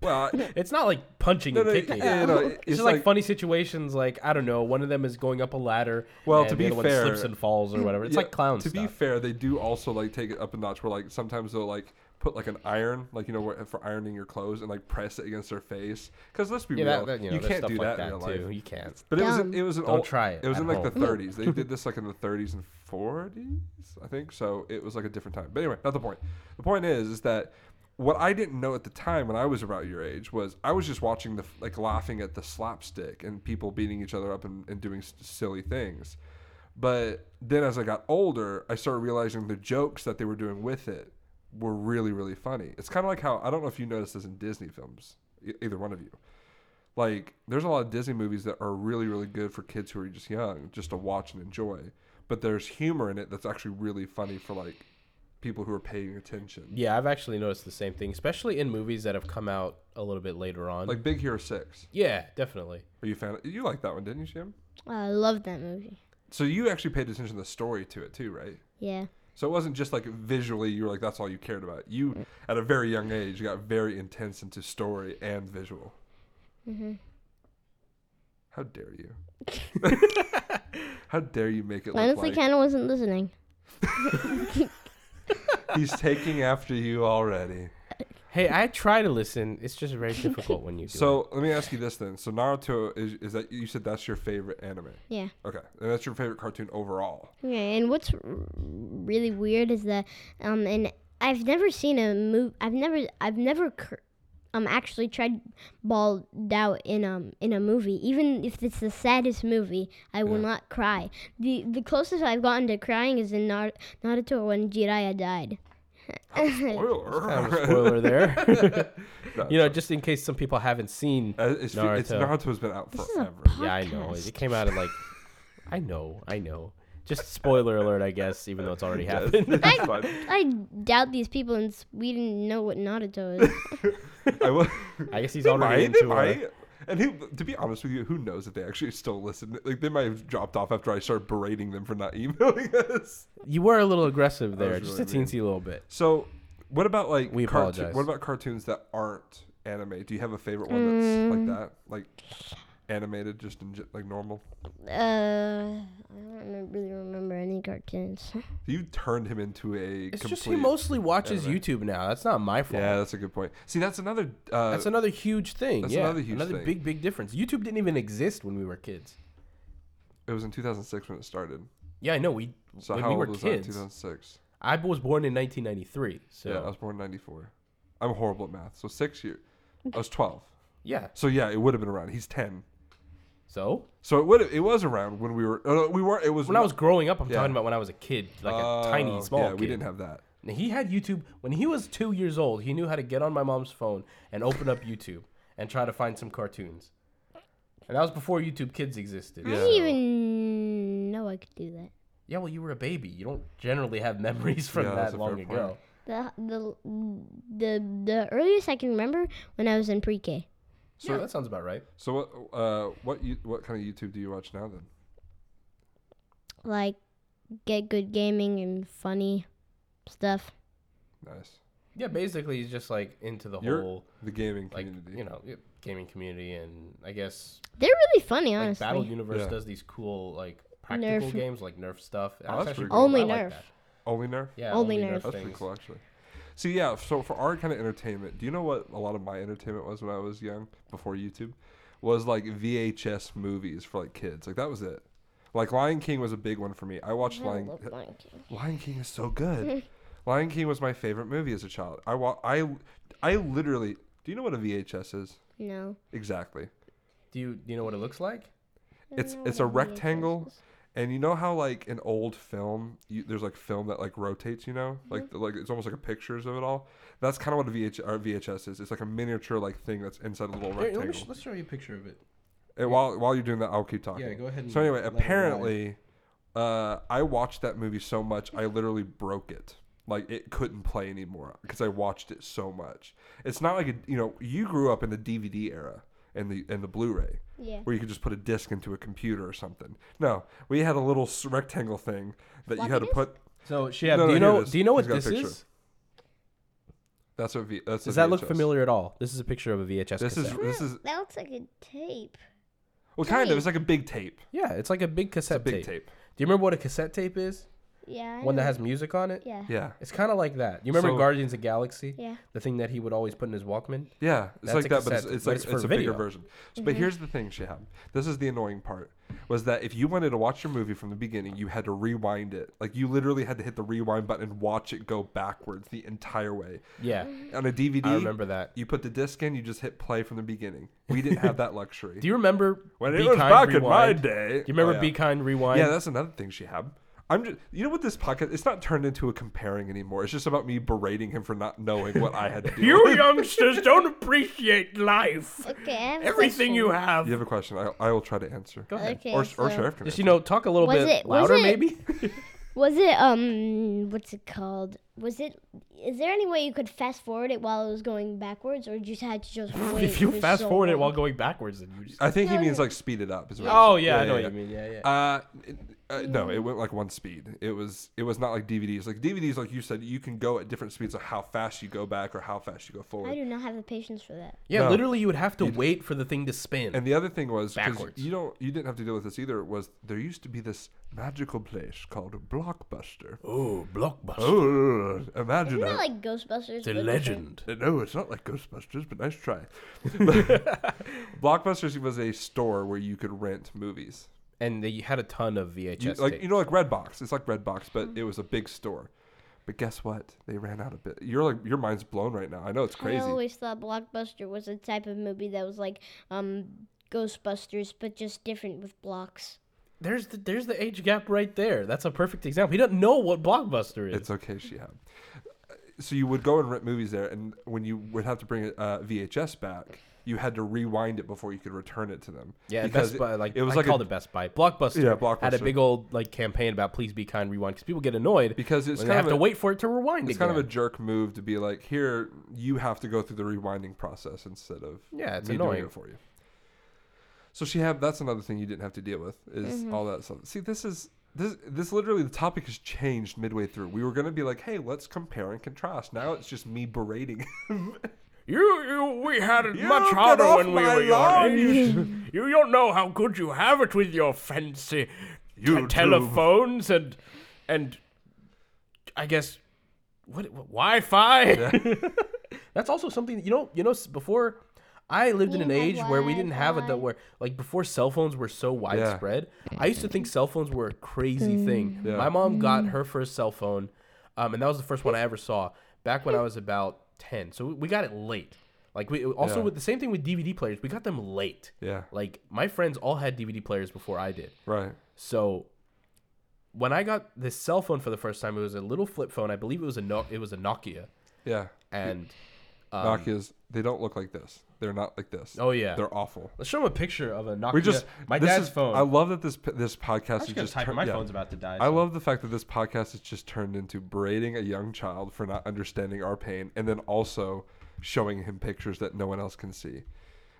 Speaker 2: Well, I-
Speaker 1: It's not like punching
Speaker 2: no,
Speaker 1: and
Speaker 2: no,
Speaker 1: kicking.
Speaker 2: yeah, yeah, no,
Speaker 1: it's,
Speaker 2: it's
Speaker 1: just like,
Speaker 2: like-
Speaker 1: funny situations. Like I don't know, one of them is going up a ladder.
Speaker 2: Well,
Speaker 1: and
Speaker 2: to
Speaker 1: the
Speaker 2: be
Speaker 1: other one
Speaker 2: fair-
Speaker 1: slips and falls or whatever. It's
Speaker 2: yeah,
Speaker 1: like clown
Speaker 2: To be
Speaker 1: stuff.
Speaker 2: fair, they do also like take it up a notch. Where like sometimes they'll like put like an iron, like you know, where- for ironing your clothes, and like press it against their face. Because let's be
Speaker 1: yeah, that,
Speaker 2: real,
Speaker 1: that- you, know,
Speaker 2: you
Speaker 1: there's
Speaker 2: can't
Speaker 1: stuff
Speaker 2: do
Speaker 1: like
Speaker 2: that, in real life.
Speaker 1: too. You can't.
Speaker 2: But it was
Speaker 3: Dumb.
Speaker 2: in, it was an
Speaker 1: Don't
Speaker 2: old,
Speaker 1: try it
Speaker 2: It was
Speaker 1: at
Speaker 2: in like
Speaker 1: home.
Speaker 2: the 30s. They did this like in the 30s and 40s, I think. So it was like a different time. But anyway, not the point. The point is, is that what I didn't know at the time when I was about your age was I was just watching the f- like laughing at the slapstick and people beating each other up and, and doing s- silly things. But then as I got older, I started realizing the jokes that they were doing with it were really really funny. It's kind of like how I don't know if you noticed this in Disney films, e- either one of you like there's a lot of Disney movies that are really really good for kids who are just young, just to watch and enjoy. But there's humor in it that's actually really funny for like people who are paying attention.
Speaker 1: Yeah, I've actually noticed the same thing, especially in movies that have come out a little bit later on.
Speaker 2: Like Big Hero Six.
Speaker 1: yeah, definitely.
Speaker 2: Are you fan? You like that one, didn't you, Jim?
Speaker 3: I love that movie.
Speaker 2: So you actually paid attention to the story to it too, right?
Speaker 3: Yeah.
Speaker 2: So it wasn't just like visually you were like that's all you cared about. You at a very young age you got very intense into story and visual.
Speaker 3: hmm
Speaker 2: How dare you? How dare you make it look
Speaker 3: Honestly,
Speaker 2: like
Speaker 3: kind of wasn't listening.
Speaker 2: he's taking after you already?
Speaker 1: Hey, I try to listen. It's just very difficult when you do. it.
Speaker 2: So let me ask you this then. So Naruto is, is that you said that's your favorite anime?
Speaker 3: Yeah.
Speaker 2: Okay, and that's your favorite cartoon overall.
Speaker 3: Yeah, and what's r- really weird is that um and I've never seen a move I've never I've never cur- um actually tried balled out in um in a movie even if it's the saddest movie I will
Speaker 2: Yeah.
Speaker 3: not cry. The the closest I've gotten to crying is in Nar- Naruto when Jiraiya died.
Speaker 1: Kind of a
Speaker 2: Spoiler.
Speaker 1: spoiler there.
Speaker 2: No,
Speaker 1: you know, just in case some people haven't seen.
Speaker 2: uh, it's, Naruto. it's
Speaker 1: Naruto.
Speaker 2: Naruto's been out
Speaker 3: This is a
Speaker 2: forever.
Speaker 3: podcast.
Speaker 1: Yeah, I know. It came out of like. I know. I know. Just spoiler alert, I guess, even though it's already happened.
Speaker 2: That's fine.
Speaker 3: I doubt these people in Sweden know what Naruto is.
Speaker 2: I will.
Speaker 1: I guess he's
Speaker 2: They
Speaker 1: already
Speaker 2: might, they
Speaker 1: into. uh,
Speaker 2: might. And who, to be honest with you, who knows if they actually still listen? Like they might have dropped off after I started berating them for not emailing us.
Speaker 1: You were a little aggressive there,
Speaker 2: was
Speaker 1: just a
Speaker 2: really mean.
Speaker 1: teensy little bit.
Speaker 2: So, what about like
Speaker 1: We
Speaker 2: cartoon-
Speaker 1: apologize.
Speaker 2: What about cartoons that aren't anime? Do you have a favorite one that's
Speaker 1: Mm.
Speaker 2: like that, like animated, just in, ge- like normal?
Speaker 3: Uh, I don't remem- really remember any cartoons.
Speaker 2: You turned him into a.
Speaker 1: It's
Speaker 2: complete,
Speaker 1: just he mostly watches
Speaker 2: anime.
Speaker 1: YouTube now. That's not my fault.
Speaker 2: Yeah, that's a good point. See, that's another. Uh,
Speaker 1: That's another huge thing.
Speaker 2: That's
Speaker 1: yeah,
Speaker 2: another huge thing.
Speaker 1: big, big difference. YouTube didn't even exist when we were kids.
Speaker 2: it was in 2006 when it started.
Speaker 1: Yeah, I know. We
Speaker 2: So
Speaker 1: when
Speaker 2: how
Speaker 1: we were
Speaker 2: old was that?
Speaker 1: kids.
Speaker 2: 2006.
Speaker 1: I was born in 1993. So
Speaker 2: Yeah, I was born in 94. I'm horrible at math. So six years. I was 12.
Speaker 1: yeah.
Speaker 2: So yeah, it would have been around. He's 10.
Speaker 1: So
Speaker 2: So it would it was around when we were. Oh, no, we weren't. It was
Speaker 1: when I was growing up, I'm
Speaker 2: Yeah.
Speaker 1: talking about when I was a kid, like a tiny
Speaker 2: Oh,
Speaker 1: small
Speaker 2: Yeah,
Speaker 1: kid.
Speaker 2: we didn't have that.
Speaker 1: And he had YouTube when he was two years old. He knew how to get on my mom's phone and open up YouTube and try to find some cartoons. And that was before YouTube Kids existed.
Speaker 3: I didn't even know I could do that.
Speaker 1: Yeah, well, you were a baby. You don't generally have memories from
Speaker 2: Yeah, that's
Speaker 1: that
Speaker 2: a
Speaker 1: long
Speaker 2: fair point.
Speaker 1: ago.
Speaker 3: The the the the earliest I can remember when I was in pre-K.
Speaker 1: So that sounds about right.
Speaker 2: So what uh what you what kind of YouTube do you watch now then?
Speaker 3: Like, get good gaming and funny stuff.
Speaker 2: Nice.
Speaker 1: Yeah, basically, he's just like into the
Speaker 2: You're-
Speaker 1: whole
Speaker 2: The gaming
Speaker 1: like
Speaker 2: community.
Speaker 1: you know yeah, gaming community, and I guess
Speaker 3: They're really funny,
Speaker 1: like
Speaker 3: honestly.
Speaker 1: Battle Universe
Speaker 2: Yeah.
Speaker 1: does these cool like practical
Speaker 3: Nerf.
Speaker 1: games like Nerf stuff. That's
Speaker 2: that's
Speaker 1: actually
Speaker 2: pretty
Speaker 1: cool.
Speaker 3: cool. Only
Speaker 1: I like
Speaker 3: Nerf.
Speaker 1: that.
Speaker 2: Only Nerf.
Speaker 1: Yeah,
Speaker 3: Only
Speaker 1: only,
Speaker 3: Nerf.
Speaker 1: Nerf.
Speaker 2: That's pretty
Speaker 1: things.
Speaker 2: cool actually. See, yeah. So for our kind of entertainment, do you know what a lot of my entertainment was when I was young before YouTube? Was like VHS movies for like kids. Like that was it. Like Lion King was a big one for me. I watched
Speaker 3: I
Speaker 2: Lion.
Speaker 3: love Lion King.
Speaker 2: Lion King is so good. Lion King was my favorite movie as a child. I wa- I I literally. Do you know what a VHS is?
Speaker 3: No.
Speaker 2: Exactly.
Speaker 1: Do you do you know what it looks like?
Speaker 2: It's it's a rectangle, and you know how like an old film, you, there's like film that like rotates. You know,
Speaker 1: Mm-hmm.
Speaker 2: like like it's almost like a pictures of it all. That's kind of what a VH, or VHS is. It's like a miniature like thing that's inside a little
Speaker 1: Here, let me
Speaker 2: rectangle.
Speaker 1: sh- let's show you a picture of it.
Speaker 2: And while while you're doing that, I'll keep talking.
Speaker 1: Yeah, go ahead
Speaker 2: So
Speaker 1: and
Speaker 2: anyway,
Speaker 1: let it ride.
Speaker 2: apparently, uh, I watched that movie so much, I literally broke it. Like it couldn't play anymore because I watched it so much. It's not like a, you know you grew up in the DVD era and the and the Blu-ray
Speaker 3: Yeah.
Speaker 2: where you could just put a disc into a computer or something. No, we had a little s- rectangle thing that you had to
Speaker 3: Floppy disk?
Speaker 2: put.
Speaker 1: So Shab,
Speaker 2: No,
Speaker 1: do
Speaker 2: no,
Speaker 1: you
Speaker 2: here it
Speaker 1: know
Speaker 2: is.
Speaker 1: do you know
Speaker 2: He's
Speaker 1: what
Speaker 2: got a
Speaker 1: this
Speaker 2: picture.
Speaker 1: is?
Speaker 2: That's a v. That's a
Speaker 1: Does that look
Speaker 2: VHS.
Speaker 1: familiar at all? This is a picture of a VHS.
Speaker 2: This is
Speaker 1: cassette.
Speaker 2: this is
Speaker 3: That looks like a tape.
Speaker 2: well, kind of.
Speaker 3: Tape.
Speaker 2: It's like a big tape.
Speaker 1: yeah, it's like a big cassette
Speaker 2: Big
Speaker 1: tape.
Speaker 2: tape.
Speaker 1: Do you remember what a cassette tape is?
Speaker 3: Yeah. I
Speaker 1: One that
Speaker 3: know.
Speaker 1: has music on it.
Speaker 3: Yeah.
Speaker 2: Yeah,
Speaker 1: It's kind of like that. You remember
Speaker 2: So-
Speaker 1: Guardians of the Galaxy?
Speaker 3: Yeah.
Speaker 1: The thing that he would always put in his Walkman.
Speaker 2: yeah. It's
Speaker 1: That's
Speaker 2: like
Speaker 1: a
Speaker 2: that, but it's,
Speaker 1: cassette,
Speaker 2: it's
Speaker 1: but
Speaker 2: like
Speaker 1: it's
Speaker 2: it's,
Speaker 1: for
Speaker 2: a
Speaker 1: video.
Speaker 2: bigger version. So,
Speaker 3: Mm-hmm.
Speaker 2: But here's the thing, Shihab. This is the annoying part. Was that if you wanted to watch your movie from the beginning, you had to rewind it. Like you literally had to hit the rewind button and watch it go backwards the entire way.
Speaker 1: Yeah,
Speaker 3: Mm-hmm.
Speaker 2: On a DVD,
Speaker 1: I remember that.
Speaker 2: you put the disc in, you just hit play from the beginning. We didn't have that luxury.
Speaker 1: Do you remember
Speaker 2: When it
Speaker 1: Be
Speaker 2: was
Speaker 1: Kind
Speaker 2: back in my
Speaker 1: Rewind?
Speaker 2: day.
Speaker 1: Do you remember
Speaker 2: Oh, yeah.
Speaker 1: Be Kind Rewind?
Speaker 2: Yeah, that's another thing, Shihab. I'm just, you know what this podcast, it's not turned into a comparing anymore. It's just about me berating him for not knowing what I had to do.
Speaker 1: you youngsters don't appreciate life.
Speaker 3: Okay. I have a
Speaker 1: Everything you
Speaker 3: question.
Speaker 1: have.
Speaker 2: you have a question, I, I will try to answer.
Speaker 1: Go ahead.
Speaker 3: Okay.
Speaker 2: or,
Speaker 3: so
Speaker 2: or Sheriff can
Speaker 1: Just
Speaker 2: answer.
Speaker 1: you know, talk a little
Speaker 3: Was
Speaker 1: bit
Speaker 3: it- was
Speaker 1: louder,
Speaker 3: it-
Speaker 1: maybe.
Speaker 3: Was it um? What's it called? Was it? Is there any way you could fast forward it while it was going backwards, or you just had to just wait?
Speaker 1: if you
Speaker 3: for
Speaker 1: fast
Speaker 3: so
Speaker 1: forward it
Speaker 3: long?
Speaker 1: while going backwards, then you just.
Speaker 2: I think he
Speaker 3: No,
Speaker 2: means
Speaker 3: no.
Speaker 2: like speed it up. Is what
Speaker 1: Oh yeah, I know what you mean. Yeah, yeah.
Speaker 2: Uh, it- uh, no, it went like one speed. It was it was not like DVDs. Like DVDs, like you said, you can go at different speeds of how fast you go back or how fast you go
Speaker 3: I
Speaker 2: forward.
Speaker 3: do not have the patience for that.
Speaker 1: Yeah,
Speaker 2: No.
Speaker 1: literally, you would have to wait for the thing to spin.
Speaker 2: And the other thing was 'cause
Speaker 1: Backwards.
Speaker 2: you don't you didn't have to deal with this either. Was there used to be this magical place called Blockbuster?
Speaker 1: oh, blockbuster!
Speaker 2: Oh, imagine
Speaker 3: Isn't
Speaker 2: that.
Speaker 3: that like Ghostbusters? but with
Speaker 2: Uh, No, it's not like Ghostbusters, but nice try. Blockbusters was a store where you could rent movies.
Speaker 1: And they had a ton of
Speaker 2: You-
Speaker 1: VHS.
Speaker 2: like
Speaker 1: tapes.
Speaker 2: you know, like Redbox. It's like Redbox, but it was a big store. But guess what? They ran out of bit. You're like your mind's blown right now. I know it's
Speaker 3: I
Speaker 2: crazy.
Speaker 3: always thought Blockbuster was a type of movie that was like um Ghostbusters, but just different with blocks.
Speaker 1: there's the, there's the age gap right there. That's a perfect example. He doesn't know what blockbuster is.
Speaker 2: It's okay, Shihab. So you would go and rent movies there, and when you would have to bring a uh, VHS back, you had to rewind it before you could return it to them.
Speaker 1: yeah,
Speaker 2: Because
Speaker 1: Best Buy. Like it was I
Speaker 2: like a-
Speaker 1: called it Best Buy. Blockbuster.
Speaker 2: Yeah,
Speaker 1: Had a
Speaker 2: Blockbuster.
Speaker 1: big old like campaign about please be kind, rewind, because people get annoyed
Speaker 2: because it's
Speaker 1: when
Speaker 2: kind
Speaker 1: they
Speaker 2: of
Speaker 1: have to
Speaker 2: a-
Speaker 1: wait for it to rewind.
Speaker 2: It's
Speaker 1: again.
Speaker 2: kind of a jerk move to be like, here, you have to go through the rewinding process instead of
Speaker 1: Yeah, it's
Speaker 2: me
Speaker 1: annoying.
Speaker 2: doing it for you. So Shihab, that's another thing you didn't have to deal with is
Speaker 1: Mm-hmm.
Speaker 2: all that stuff. See, this is this this literally the topic has changed midway through. We were gonna be like, hey, let's compare and contrast. Now it's just me berating him.
Speaker 1: You, you, we had it
Speaker 2: You
Speaker 1: much
Speaker 2: get
Speaker 1: harder
Speaker 2: off
Speaker 1: when we
Speaker 2: my
Speaker 1: were your
Speaker 2: lawn.
Speaker 1: age. you don't know how good you have it with your fancy t-
Speaker 2: YouTube.
Speaker 1: telephones and and I guess what, what Wi-Fi. That's also something you know. You know, s- before I lived in
Speaker 3: You
Speaker 1: an
Speaker 3: had
Speaker 1: age where we didn't have a
Speaker 3: Wi-Fi.
Speaker 1: where like before cell phones were so widespread. I used to think cell phones were a crazy thing.
Speaker 2: Yeah.
Speaker 1: My mom got her first cell phone, um, and that was the first one I ever saw back when I was about ten. So we got it late. Like we also
Speaker 2: Yeah.
Speaker 1: with the same thing with DVD players, we got them late.
Speaker 2: yeah.
Speaker 1: Like my friends all had DVD players before I did.
Speaker 2: Right.
Speaker 1: So when I got this cell phone for the first time, it was a little flip phone. I believe it was a no- it was a Nokia,
Speaker 2: Yeah.
Speaker 1: and
Speaker 2: Nokia's they don't look like this. They're not like this.
Speaker 1: Um, oh yeah,
Speaker 2: They're awful.
Speaker 1: let's show him a picture of a Nokia.
Speaker 2: We just
Speaker 1: my
Speaker 2: this
Speaker 1: dad's
Speaker 2: is-
Speaker 1: phone.
Speaker 2: I love that this p- this podcast is
Speaker 1: just gonna
Speaker 2: just
Speaker 1: type
Speaker 2: tur-
Speaker 1: in my
Speaker 2: yeah.
Speaker 1: phone's about to die.
Speaker 2: I
Speaker 1: so-
Speaker 2: love the fact that this podcast has just turned into berating a young child for not understanding our pain and then also showing him pictures that no one else can see.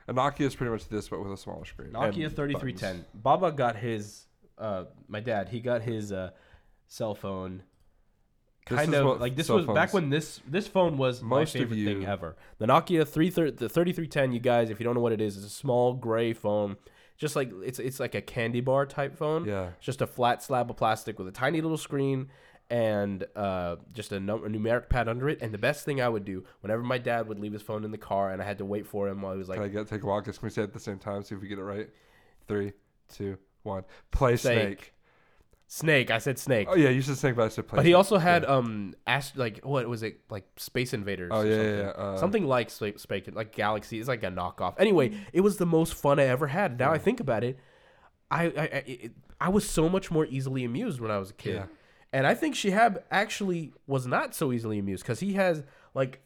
Speaker 2: A Nokia is pretty much this, but with a smaller screen.
Speaker 1: Nokia
Speaker 2: and
Speaker 1: thirty three ten. Baba got his. Uh, my dad, he got his uh, cell phone.
Speaker 2: This
Speaker 1: Kind
Speaker 2: is
Speaker 1: of
Speaker 2: what
Speaker 1: like this
Speaker 2: cell
Speaker 1: was back
Speaker 2: phones-
Speaker 1: when this this phone was my
Speaker 2: Most of
Speaker 1: favorite thing
Speaker 2: you-
Speaker 1: ever. The Nokia three the thirty three ten. You guys, if you don't know what it is, it's a small gray phone, just like it's it's like a candy bar type phone.
Speaker 2: Yeah.
Speaker 1: It's just a flat slab of plastic with a tiny little screen and uh, just a, num- a numeric pad under it. And the best thing I would do whenever my dad would leave his phone in the car and I had to wait for him while he was like
Speaker 2: Can I get take a walk? Can we say it at the same time? See if we get it right. Three, two, one. Play
Speaker 1: Snake.
Speaker 2: snake.
Speaker 1: snake, I said snake.
Speaker 2: Oh yeah, you said snake, but I said play.
Speaker 1: But he
Speaker 2: snake.
Speaker 1: also had um ast- like what was it like Space Invaders?
Speaker 2: Oh,
Speaker 1: or
Speaker 2: yeah, yeah,
Speaker 1: something.
Speaker 2: yeah, uh,
Speaker 1: something like Space, space like Galaxy. It's like a knockoff. Anyway, it was the most fun I ever had. Now I think about it, I I I, it, I was so much more easily amused when I was a kid,
Speaker 2: Yeah.
Speaker 1: and I think Shihab actually was not so easily amused because he has like.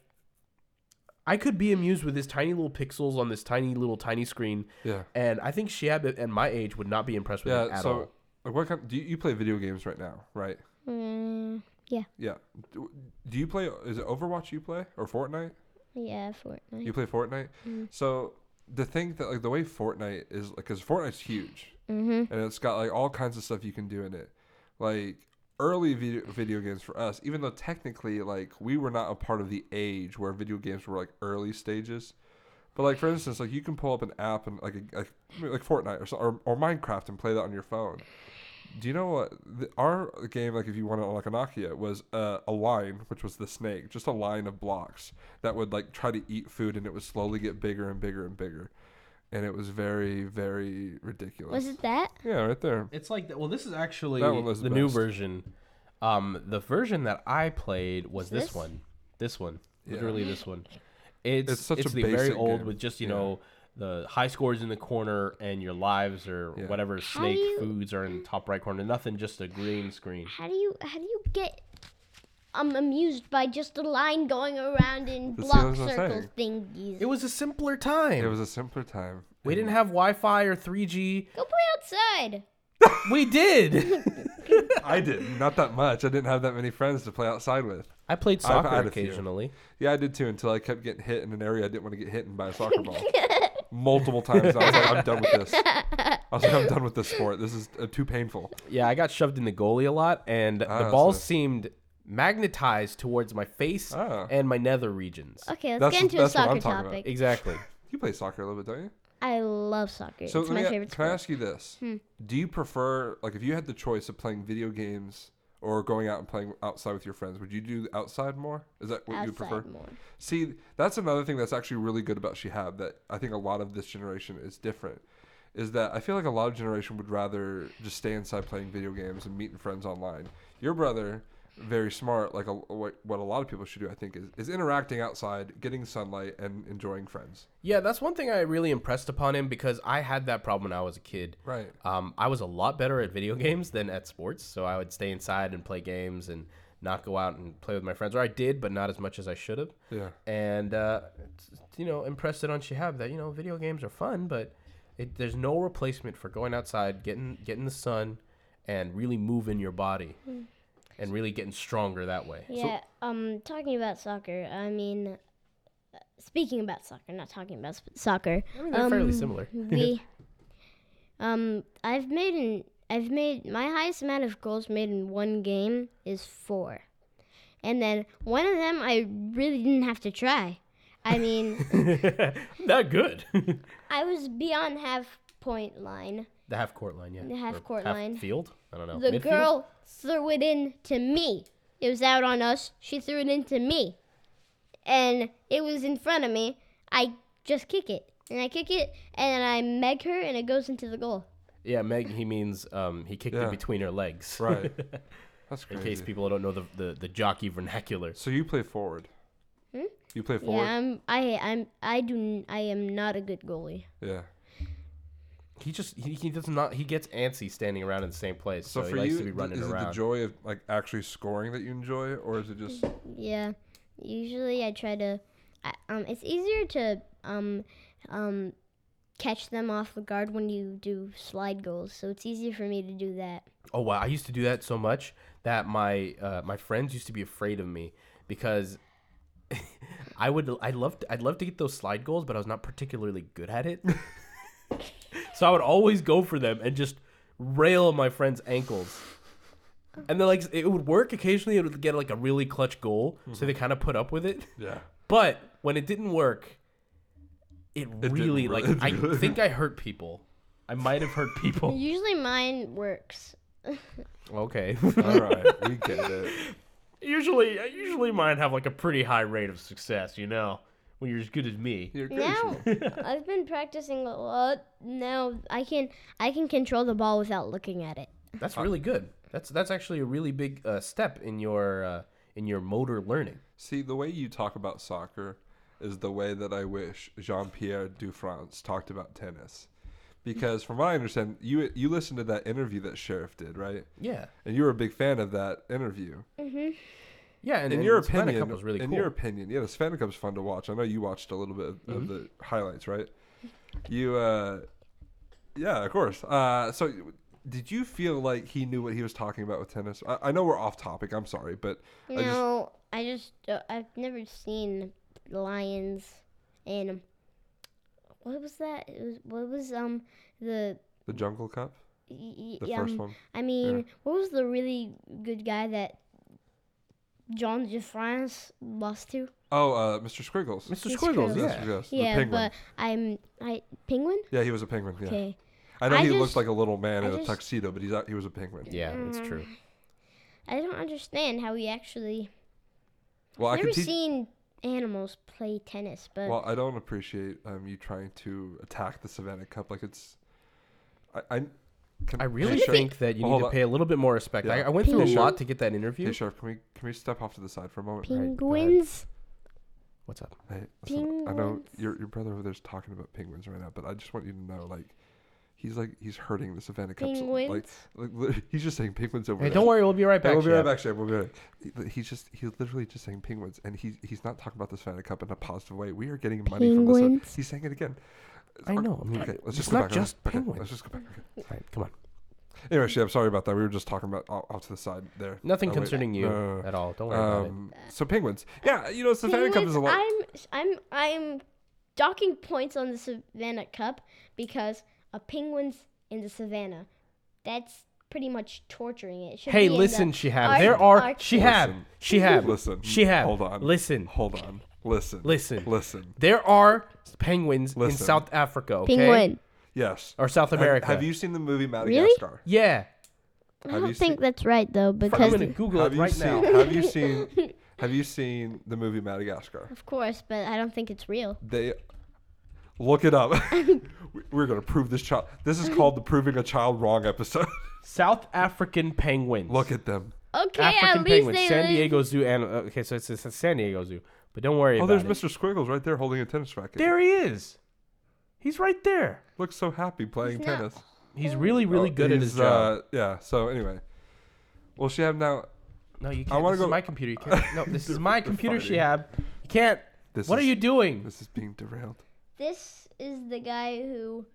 Speaker 1: I could be amused with his tiny little pixels on this tiny little tiny screen,
Speaker 2: yeah. uh,
Speaker 1: and I think Shihab and my age would not be impressed with it
Speaker 2: Yeah.
Speaker 1: at
Speaker 2: So,
Speaker 1: all.
Speaker 2: like, what kind? Do you, you play video games right now? Right.
Speaker 3: Mm, yeah,
Speaker 2: Yeah. Do, do you play? Is it Overwatch you play or Fortnite?
Speaker 3: yeah, Fortnite.
Speaker 2: You play Fortnite. So the thing that like the way Fortnite is like, cause Fortnite's huge, mm-hmm. and it's got like all kinds of stuff you can do in it. Like early video, video games for us, even though technically like we were not a part of the age where video games were like early stages. But like for instance, like you can pull up an app and like a, like like Fortnite or, so- or or Minecraft and play that on your phone. Do you know what the, our game like? If you wanted like a Nokia, was uh, a line, which was the snake, just a line of blocks that would like try to eat food, and it would slowly get bigger and bigger and bigger, and it was very very ridiculous.
Speaker 3: Was it that?
Speaker 2: Yeah, right there.
Speaker 1: It's like well, this is actually
Speaker 2: That one was
Speaker 1: the
Speaker 2: the
Speaker 1: new
Speaker 2: best.
Speaker 1: version. Um, the version that I played was this,
Speaker 3: This?
Speaker 1: one, this one,
Speaker 2: Yeah.
Speaker 1: literally this one. It's it's,
Speaker 2: It's such a
Speaker 1: the very
Speaker 2: basic
Speaker 1: old
Speaker 2: game.
Speaker 1: with just you
Speaker 2: Yeah.
Speaker 1: know the high scores in the corner and your lives or
Speaker 2: Yeah.
Speaker 1: whatever snake
Speaker 3: you-
Speaker 1: foods are in the top right corner. Nothing, just a green screen.
Speaker 3: How do you how do you get um amused by just a line going around in
Speaker 2: That's
Speaker 3: block
Speaker 2: what I'm
Speaker 3: circle thingies?
Speaker 1: It was a simpler time.
Speaker 2: It was a simpler time.
Speaker 1: we didn't have Wi-Fi or 3G.
Speaker 3: Go play outside.
Speaker 1: We did.
Speaker 2: I didn't. Not that much. I didn't have that many friends to play outside with.
Speaker 1: I played
Speaker 2: I've
Speaker 1: soccer
Speaker 2: had a few.
Speaker 1: occasionally.
Speaker 2: Yeah, I did too. Until I kept getting hit in an area I didn't want to get hit in by a soccer ball multiple times. I was like, I'm done with this. I was like, I'm done with this sport. This is uh, too painful.
Speaker 1: Yeah, I got shoved in the goalie a lot, and the
Speaker 2: Ah,
Speaker 1: ball
Speaker 2: so-
Speaker 1: seemed magnetized towards my face
Speaker 2: Ah.
Speaker 1: and my nether regions.
Speaker 3: Okay, let's
Speaker 2: That's-
Speaker 3: get into a
Speaker 2: that's what
Speaker 3: soccer
Speaker 2: I'm talking about.
Speaker 3: topic.
Speaker 1: Exactly.
Speaker 2: You play soccer a little bit, don't you?
Speaker 3: I love soccer.
Speaker 2: So
Speaker 3: it's
Speaker 2: let
Speaker 3: my
Speaker 2: me a-
Speaker 3: favorite
Speaker 2: can I
Speaker 3: sport. Hmm.
Speaker 2: ask you this? Do you prefer like if you had the choice of playing video games or going out and playing outside with your friends, would you do outside more? Is that what you
Speaker 3: Outside
Speaker 2: prefer?
Speaker 3: more.
Speaker 2: See, that's another thing that's actually really good about Shihab that I think a lot of this generation is different. Is that I feel like a lot of generation would rather just stay inside playing video games and meeting friends online. Your brother, very smart, like a, what, what a lot of people should do, I think, is, is interacting outside, getting sunlight, and enjoying friends.
Speaker 1: yeah, that's one thing I really impressed upon him because I had that problem when I was a kid.
Speaker 2: Right.
Speaker 1: Um, I was a lot better at video games than at sports, so I would stay inside and play games and not go out and play with my friends. Or I did, but not as much as I should have.
Speaker 2: Yeah.
Speaker 1: And uh, it's- you know, impressed it on Shihab that you know video games are fun, but it, there's no replacement for going outside, getting getting the sun, and really moving your body, and really getting stronger that way.
Speaker 3: Hmm. Yeah, um, talking about soccer, I mean, uh, speaking about soccer, not talking about sp- soccer.
Speaker 1: I mean, they're fairly
Speaker 3: um,
Speaker 1: similar.
Speaker 3: we Um, I've made an I've made my highest amount of goals made in one game is four, and then one of them I really didn't have to try. I mean,
Speaker 1: Not good.
Speaker 3: I was beyond half point line.
Speaker 1: the half court line, yeah.
Speaker 3: The half
Speaker 1: Or
Speaker 3: court line.
Speaker 1: Field? I don't know.
Speaker 3: The
Speaker 1: Midfield?
Speaker 3: girl threw it in to me. It was out on us. She threw it in to me. And it was in front of me. I just kick it. And I kick it and I meg her and it goes into the goal.
Speaker 1: Yeah, Meg. He means um, he kicked
Speaker 2: Yeah.
Speaker 1: it between her legs.
Speaker 2: Right. That's
Speaker 1: In
Speaker 2: crazy.
Speaker 1: case people don't know the, the, the jockey vernacular.
Speaker 2: so you play forward.
Speaker 3: Hmm?
Speaker 2: You play forward.
Speaker 3: Yeah, I'm I I'm I do n- I am not a good goalie.
Speaker 2: yeah.
Speaker 1: He just he, he does not he gets antsy standing around in the same place. So,
Speaker 2: So,
Speaker 1: he
Speaker 2: for
Speaker 1: likes
Speaker 2: you,
Speaker 1: to be
Speaker 2: th-
Speaker 1: running
Speaker 2: is it the
Speaker 1: around.
Speaker 2: joy of like actually scoring that you enjoy, or is it just
Speaker 3: Hmm. Yeah. Usually I try to I, um it's easier to um um catch them off the guard when you do slide goals. So it's easier for me to do that.
Speaker 1: oh wow, I used to do that so much that my uh, my friends used to be afraid of me because I would I loved I'd love to get those slide goals, but I was not particularly good at it. so I would always go for them and just rail my friends' ankles. And then like it would work occasionally. It would get like a really clutch goal, so they kind of put up with it.
Speaker 2: yeah?
Speaker 1: But when it didn't work, it,
Speaker 2: didn't
Speaker 1: really
Speaker 2: work.
Speaker 1: like I think I hurt people. I might have hurt people.
Speaker 3: Usually mine works.
Speaker 1: Okay.
Speaker 2: All right, we get it.
Speaker 1: usually, usually mine have like a pretty high rate of success. You know, when you're as good as me.
Speaker 2: You're good.
Speaker 3: Now I've been practicing a lot. Now I can I can control the ball without looking at it.
Speaker 1: That's really good. That's that's actually a really big uh, step in your uh, in your motor learning.
Speaker 2: See, the way you talk about soccer is the way that I wish Jean-Pierre Dufrance talked about tennis. Because from what I understand, you you listened to that interview that Sheriff did, right?
Speaker 1: Yeah.
Speaker 2: And you were a big fan of that interview.
Speaker 1: Yeah. And,
Speaker 2: in
Speaker 1: and
Speaker 2: your
Speaker 1: Savannah
Speaker 2: opinion,
Speaker 1: Cup was really
Speaker 2: in
Speaker 1: cool.
Speaker 2: your opinion, yeah, the Savannah Cup's fun to watch. I know you watched a little bit of,
Speaker 1: Mm-hmm.
Speaker 2: of the highlights, right? You, uh, yeah, of course. Uh, so, did you feel like he knew what he was talking about with tennis? I, I know we're off topic. I'm sorry, but I just
Speaker 3: No, I just uh, I've never seen lions and what was that? It was what was um the
Speaker 2: the Jungle Cup,
Speaker 3: y- y-
Speaker 2: the
Speaker 3: um,
Speaker 2: first one.
Speaker 3: I mean, what was the really good guy that John de France lost to?
Speaker 2: Oh, uh, Mr. Squiggles.
Speaker 1: Mr.
Speaker 3: Mr.
Speaker 1: Squiggles.
Speaker 3: Squiggles.
Speaker 1: Yeah.
Speaker 2: Mr. Squiggles, the
Speaker 3: Yeah,
Speaker 2: penguin.
Speaker 3: but I'm I penguin.
Speaker 2: yeah, he was a penguin. Yeah,
Speaker 3: Okay.
Speaker 2: I know
Speaker 3: I
Speaker 2: he
Speaker 3: just-
Speaker 2: looked like a little man
Speaker 3: I
Speaker 2: in a
Speaker 3: just-
Speaker 2: tuxedo, but he's not, he was a penguin.
Speaker 1: Yeah, it's true.
Speaker 3: I don't understand how he actually
Speaker 2: Well, I
Speaker 3: I've
Speaker 2: can
Speaker 3: never
Speaker 2: teach.
Speaker 3: seen animals play tennis, but
Speaker 2: Well, I don't appreciate um, you trying to attack the Savannah Cup like it's. I, I can,
Speaker 1: I really
Speaker 2: hey, Sheriff-
Speaker 1: think that you
Speaker 2: Oh,
Speaker 1: need
Speaker 2: hold
Speaker 1: to
Speaker 2: on.
Speaker 1: pay a little bit more respect. I,
Speaker 2: Yeah.
Speaker 1: I went through a
Speaker 3: Hey, Sheriff.
Speaker 1: lot to get that interview.
Speaker 2: Hey, Sheriff, can we can we step off to the side for a moment?
Speaker 3: penguins.
Speaker 1: What's up?
Speaker 2: Hey, listen, I know
Speaker 3: Penguins.
Speaker 2: your your brother over there's talking about penguins right now, but I just want you to know, like, he's like he's hurting the Savannah Cup. so- Like,
Speaker 3: Penguins.
Speaker 2: like, li- he's just saying penguins over
Speaker 1: Hey,
Speaker 2: there.
Speaker 1: don't worry, we'll be right
Speaker 2: Hey,
Speaker 1: back.
Speaker 2: we'll be
Speaker 1: Shep.
Speaker 2: right back, Sheriff. We'll be right back. He- He's just, he's literally just saying penguins, and he's he's not talking about the Savannah Cup in a positive way. We are getting money from this.
Speaker 3: Penguins.
Speaker 2: one. He's saying it again.
Speaker 1: I know, I'm
Speaker 2: okay,
Speaker 1: like,
Speaker 2: let's
Speaker 1: it's
Speaker 2: just go
Speaker 1: not
Speaker 2: back.
Speaker 1: just
Speaker 2: okay,
Speaker 1: penguins.
Speaker 2: Let's just go back. Okay.
Speaker 1: All right, come on.
Speaker 2: Anyway, Shep, sorry about that. We were just talking about off, off to the side there.
Speaker 1: Nothing
Speaker 2: Oh, wait.
Speaker 1: concerning you
Speaker 2: No, no, no, no.
Speaker 1: at all. Don't worry about it.
Speaker 2: Um, so penguins, yeah, you know, Savannah Cup is a lot.
Speaker 3: I'm I'm I'm docking points on the Savannah Cup because a penguin's in the Savannah. That's pretty much torturing it. It should
Speaker 1: Hey,
Speaker 3: be in the
Speaker 1: listen, Shihab.
Speaker 3: Ar-
Speaker 1: there are
Speaker 3: Ar-
Speaker 1: Shihab. Shihab.
Speaker 2: Listen.
Speaker 1: Shihab.
Speaker 2: Hold on.
Speaker 1: Listen.
Speaker 2: Hold on, listen,
Speaker 1: Listen.
Speaker 2: listen.
Speaker 1: There are penguins in
Speaker 2: Listen.
Speaker 1: South Africa. Okay?
Speaker 3: penguin.
Speaker 2: Yes.
Speaker 1: Or South
Speaker 2: Have-
Speaker 1: America.
Speaker 2: Have, you seen the movie Madagascar?
Speaker 1: Yeah.
Speaker 3: I
Speaker 2: Have you
Speaker 3: don't think
Speaker 2: seen-
Speaker 3: that's right though
Speaker 1: I'm
Speaker 3: because
Speaker 1: gonna Google
Speaker 2: Have
Speaker 1: it
Speaker 2: you
Speaker 1: right
Speaker 2: seen?
Speaker 1: now.
Speaker 2: Have you seen? Have you seen the movie Madagascar?
Speaker 3: of course, but I don't think it's real.
Speaker 2: They look it up. We- We're gonna prove this child. This is called the proving a child wrong episode.
Speaker 1: South African penguins.
Speaker 2: look at them.
Speaker 3: Okay, at
Speaker 1: African
Speaker 3: least
Speaker 1: penguins.
Speaker 3: they
Speaker 1: San
Speaker 3: live-
Speaker 1: Diego Zoo. And uh, okay, so it's, it's a San Diego Zoo. But don't worry
Speaker 2: Oh,
Speaker 1: about
Speaker 2: there's
Speaker 1: it.
Speaker 2: Mr. Squiggles right there holding a tennis racket.
Speaker 1: There he is. He's right there.
Speaker 2: Looks so happy playing
Speaker 3: He's not-
Speaker 2: tennis.
Speaker 1: He's really, really
Speaker 2: Oh,
Speaker 1: good at
Speaker 2: he's,
Speaker 1: his job.
Speaker 2: Uh, yeah. So anyway, well, she have now.
Speaker 1: no, you can't.
Speaker 2: wanna
Speaker 1: this
Speaker 2: go-
Speaker 1: is my computer. You can't. No, this is my computer,
Speaker 2: fighting.
Speaker 1: Shihab. You can't.
Speaker 2: This
Speaker 1: what
Speaker 2: is-
Speaker 1: are you doing?
Speaker 2: This is being derailed.
Speaker 3: This is the guy who